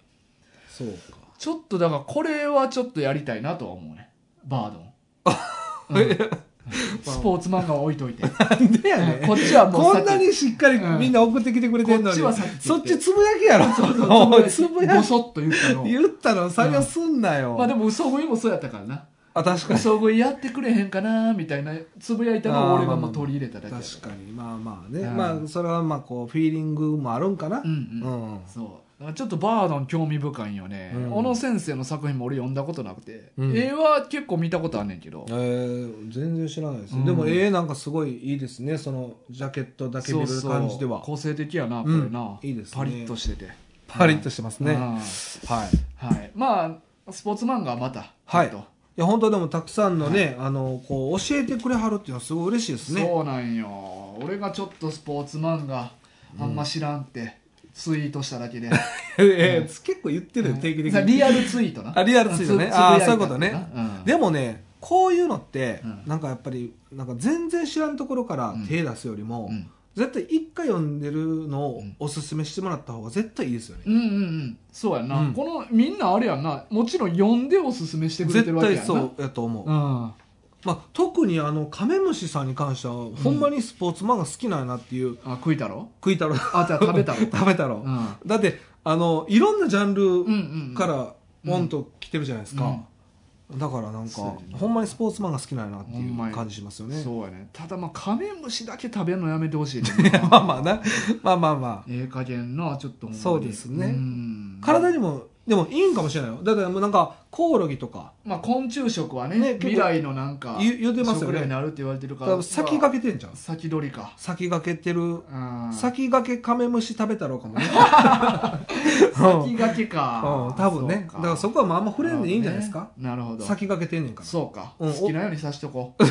B: そうか
A: ちょっとだからこれはちょっとやりたいなとは思うねバードン、
B: [laughs]
A: うんスポーツ漫画は置いといて
B: なんでやねん
A: こっちはもう
B: こ
A: さっ
B: ん
A: き
B: なにしっかりみんな送ってきてくれてん
A: こ
B: のに
A: っちはさっき
B: そっちつぶやきやろ
A: そうそう
B: おい
A: つ
B: つ
A: ぶ
B: ぶ
A: やき
B: や
A: ぼ
B: き
A: そっと言
B: [laughs]
A: ったの
B: 言ったの採用すんなよ
A: まあでも嘘食いもそうやったからな
B: あ確かに
A: 嘘食いやってくれへんかなみたいなつぶやいたのを俺がまあ取り入れただけや
B: 確かにまあまあね、
A: うん
B: まあそれはまあこうフィーリングもあるんかな
A: うんうん
B: うん
A: そうなんかちょっとバードン興味深いんよね、
B: うん
A: 小野先生の作品も俺読んだことなくて、
B: うん
A: 絵は結構見たことあんねんけど
B: え、ー全然知らないで
A: う
B: す、
A: ん
B: でも絵なんかすごいいいですねそのジャケットだけ見る感じでは
A: 個性的やなこ
B: う
A: れ
B: ん
A: な、
B: いいですね
A: パリッとしてて
B: パリッとしてますね、
A: うん
B: はい
A: はいまあスポーツ漫画はまた
B: はい
A: ちょっ
B: いや本当でもたくさんのね、あのこう教えてくれはるっていうのはすごい嬉しいです
A: と
B: ね
A: そうなんよ俺がちょっとスポーツ漫画あんま知らんって、ツイートしただけで
B: [laughs] えー結構言ってるよ定期的に
A: リアルツイートな
B: あリアルツイートね
A: つつぶ
B: あー
A: やた
B: そういうことね
A: なうん
B: でもねこういうのって、
A: うん
B: なんかやっぱりなんか全然知らんところから手出すよりも、
A: うん
B: 絶対一回読んでるのを
A: うん
B: おすすめしてもらった方が絶対いいですよね、
A: うんうんうんそうやな、
B: うん
A: このみんなあれやんなもちろん読んでおすすめしてくれてる
B: 絶
A: わけやん
B: 対
A: な
B: そうやと思う、
A: うん
B: まあ、特にあのカメムシさんに関しては、ほんまにスポーツマンが好きなんやなっていう
A: あ食いたろ
B: 食いたろ
A: あじゃあ食べ
B: [laughs]
A: たろ
B: 食べたろ、
A: うん
B: だってあのいろんなジャン
A: うん
B: ル
A: うん
B: からポンと来てるじゃないですか、だからなんか、
A: そうやね
B: ほんまにスポーツマンが好きなんやなって
A: ほんま
B: いう
A: や
B: 感じしますよね
A: そうやねただまあカメムシだけ食べるのやめてほしいね
B: [laughs] まあまあなまあまあまあ
A: ええ加減なちょっとほんまに
B: そうですね
A: うん
B: 体にもでもいいんかもしれないよだってもうなんかコオロギとか
A: まあ昆虫食はね
B: ね結構
A: 未来のなんか
B: 言う言うてますよ
A: 食料に
B: ね
A: なるって言われてるか
B: だからら先駆けてんじゃん
A: まあ先取りか
B: 先駆けてる
A: うん
B: 先駆けカメムシ食べたろう
A: [laughs]
B: かもね
A: 先駆けか
B: うん多分ね
A: そう
B: だからそこはまああんま触れんでいいんじゃないですか、
A: なるほどねなるほど
B: 先駆けてんねんから
A: そうか
B: うん
A: 好きなようにさしとこう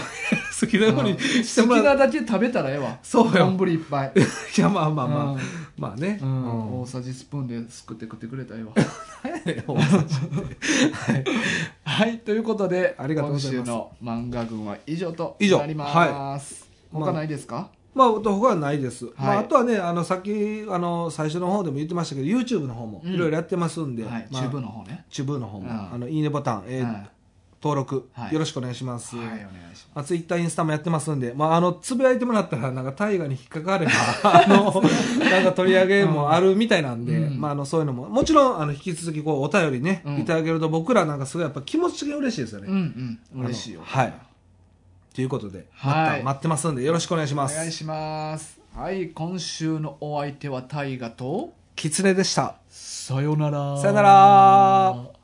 B: 好きな [laughs] ようにして
A: 好
B: も
A: き
B: らう
A: なだけ食べたらええわ
B: そうよ
A: 丼いっぱい
B: いやま [laughs] あまあまあ、
A: うん
B: まあね、
A: うん
B: うん
A: 大さじスプーンですくって食ってくれたらええわはいということで
B: ありがとうござい
A: 今
B: ます
A: 週の漫画群は以上と
B: 以上
A: なります
B: はい
A: 他ないですか
B: まあ他はないです、まあ、
A: はい
B: あとはねあの先あの最初の方でも言ってましたけど YouTube の方も
A: うん
B: いろいろやってますんで、
A: はい
B: まあ
A: 中部の方ね
B: チュブの方も、
A: うん
B: あのいいねボタン、えー
A: はい
B: 登録、
A: はい
B: よろしくお願いします、
A: はいお願いし
B: あツイッターインスタもやってますんで、まあ、あのつぶやいてもらったらなんか大河に引っかかれ
A: [laughs]
B: ばあのなんか取り上げもあるみたいなんで、
A: うん
B: まあ、あのそういうのももちろんあの引き続きこうお便りね、
A: うん
B: いただけると僕らなんかすごいやっぱ気持ち的に嬉しいですよ
A: ます
B: ね、
A: うんうん嬉しいよ
B: あのはいということで、
A: はい
B: また待ってますんでよろしくお願いし
A: お
B: ます
A: 願いしますはい今週のお相手は大ガと
B: キツネでした
A: さよなら
B: さよなら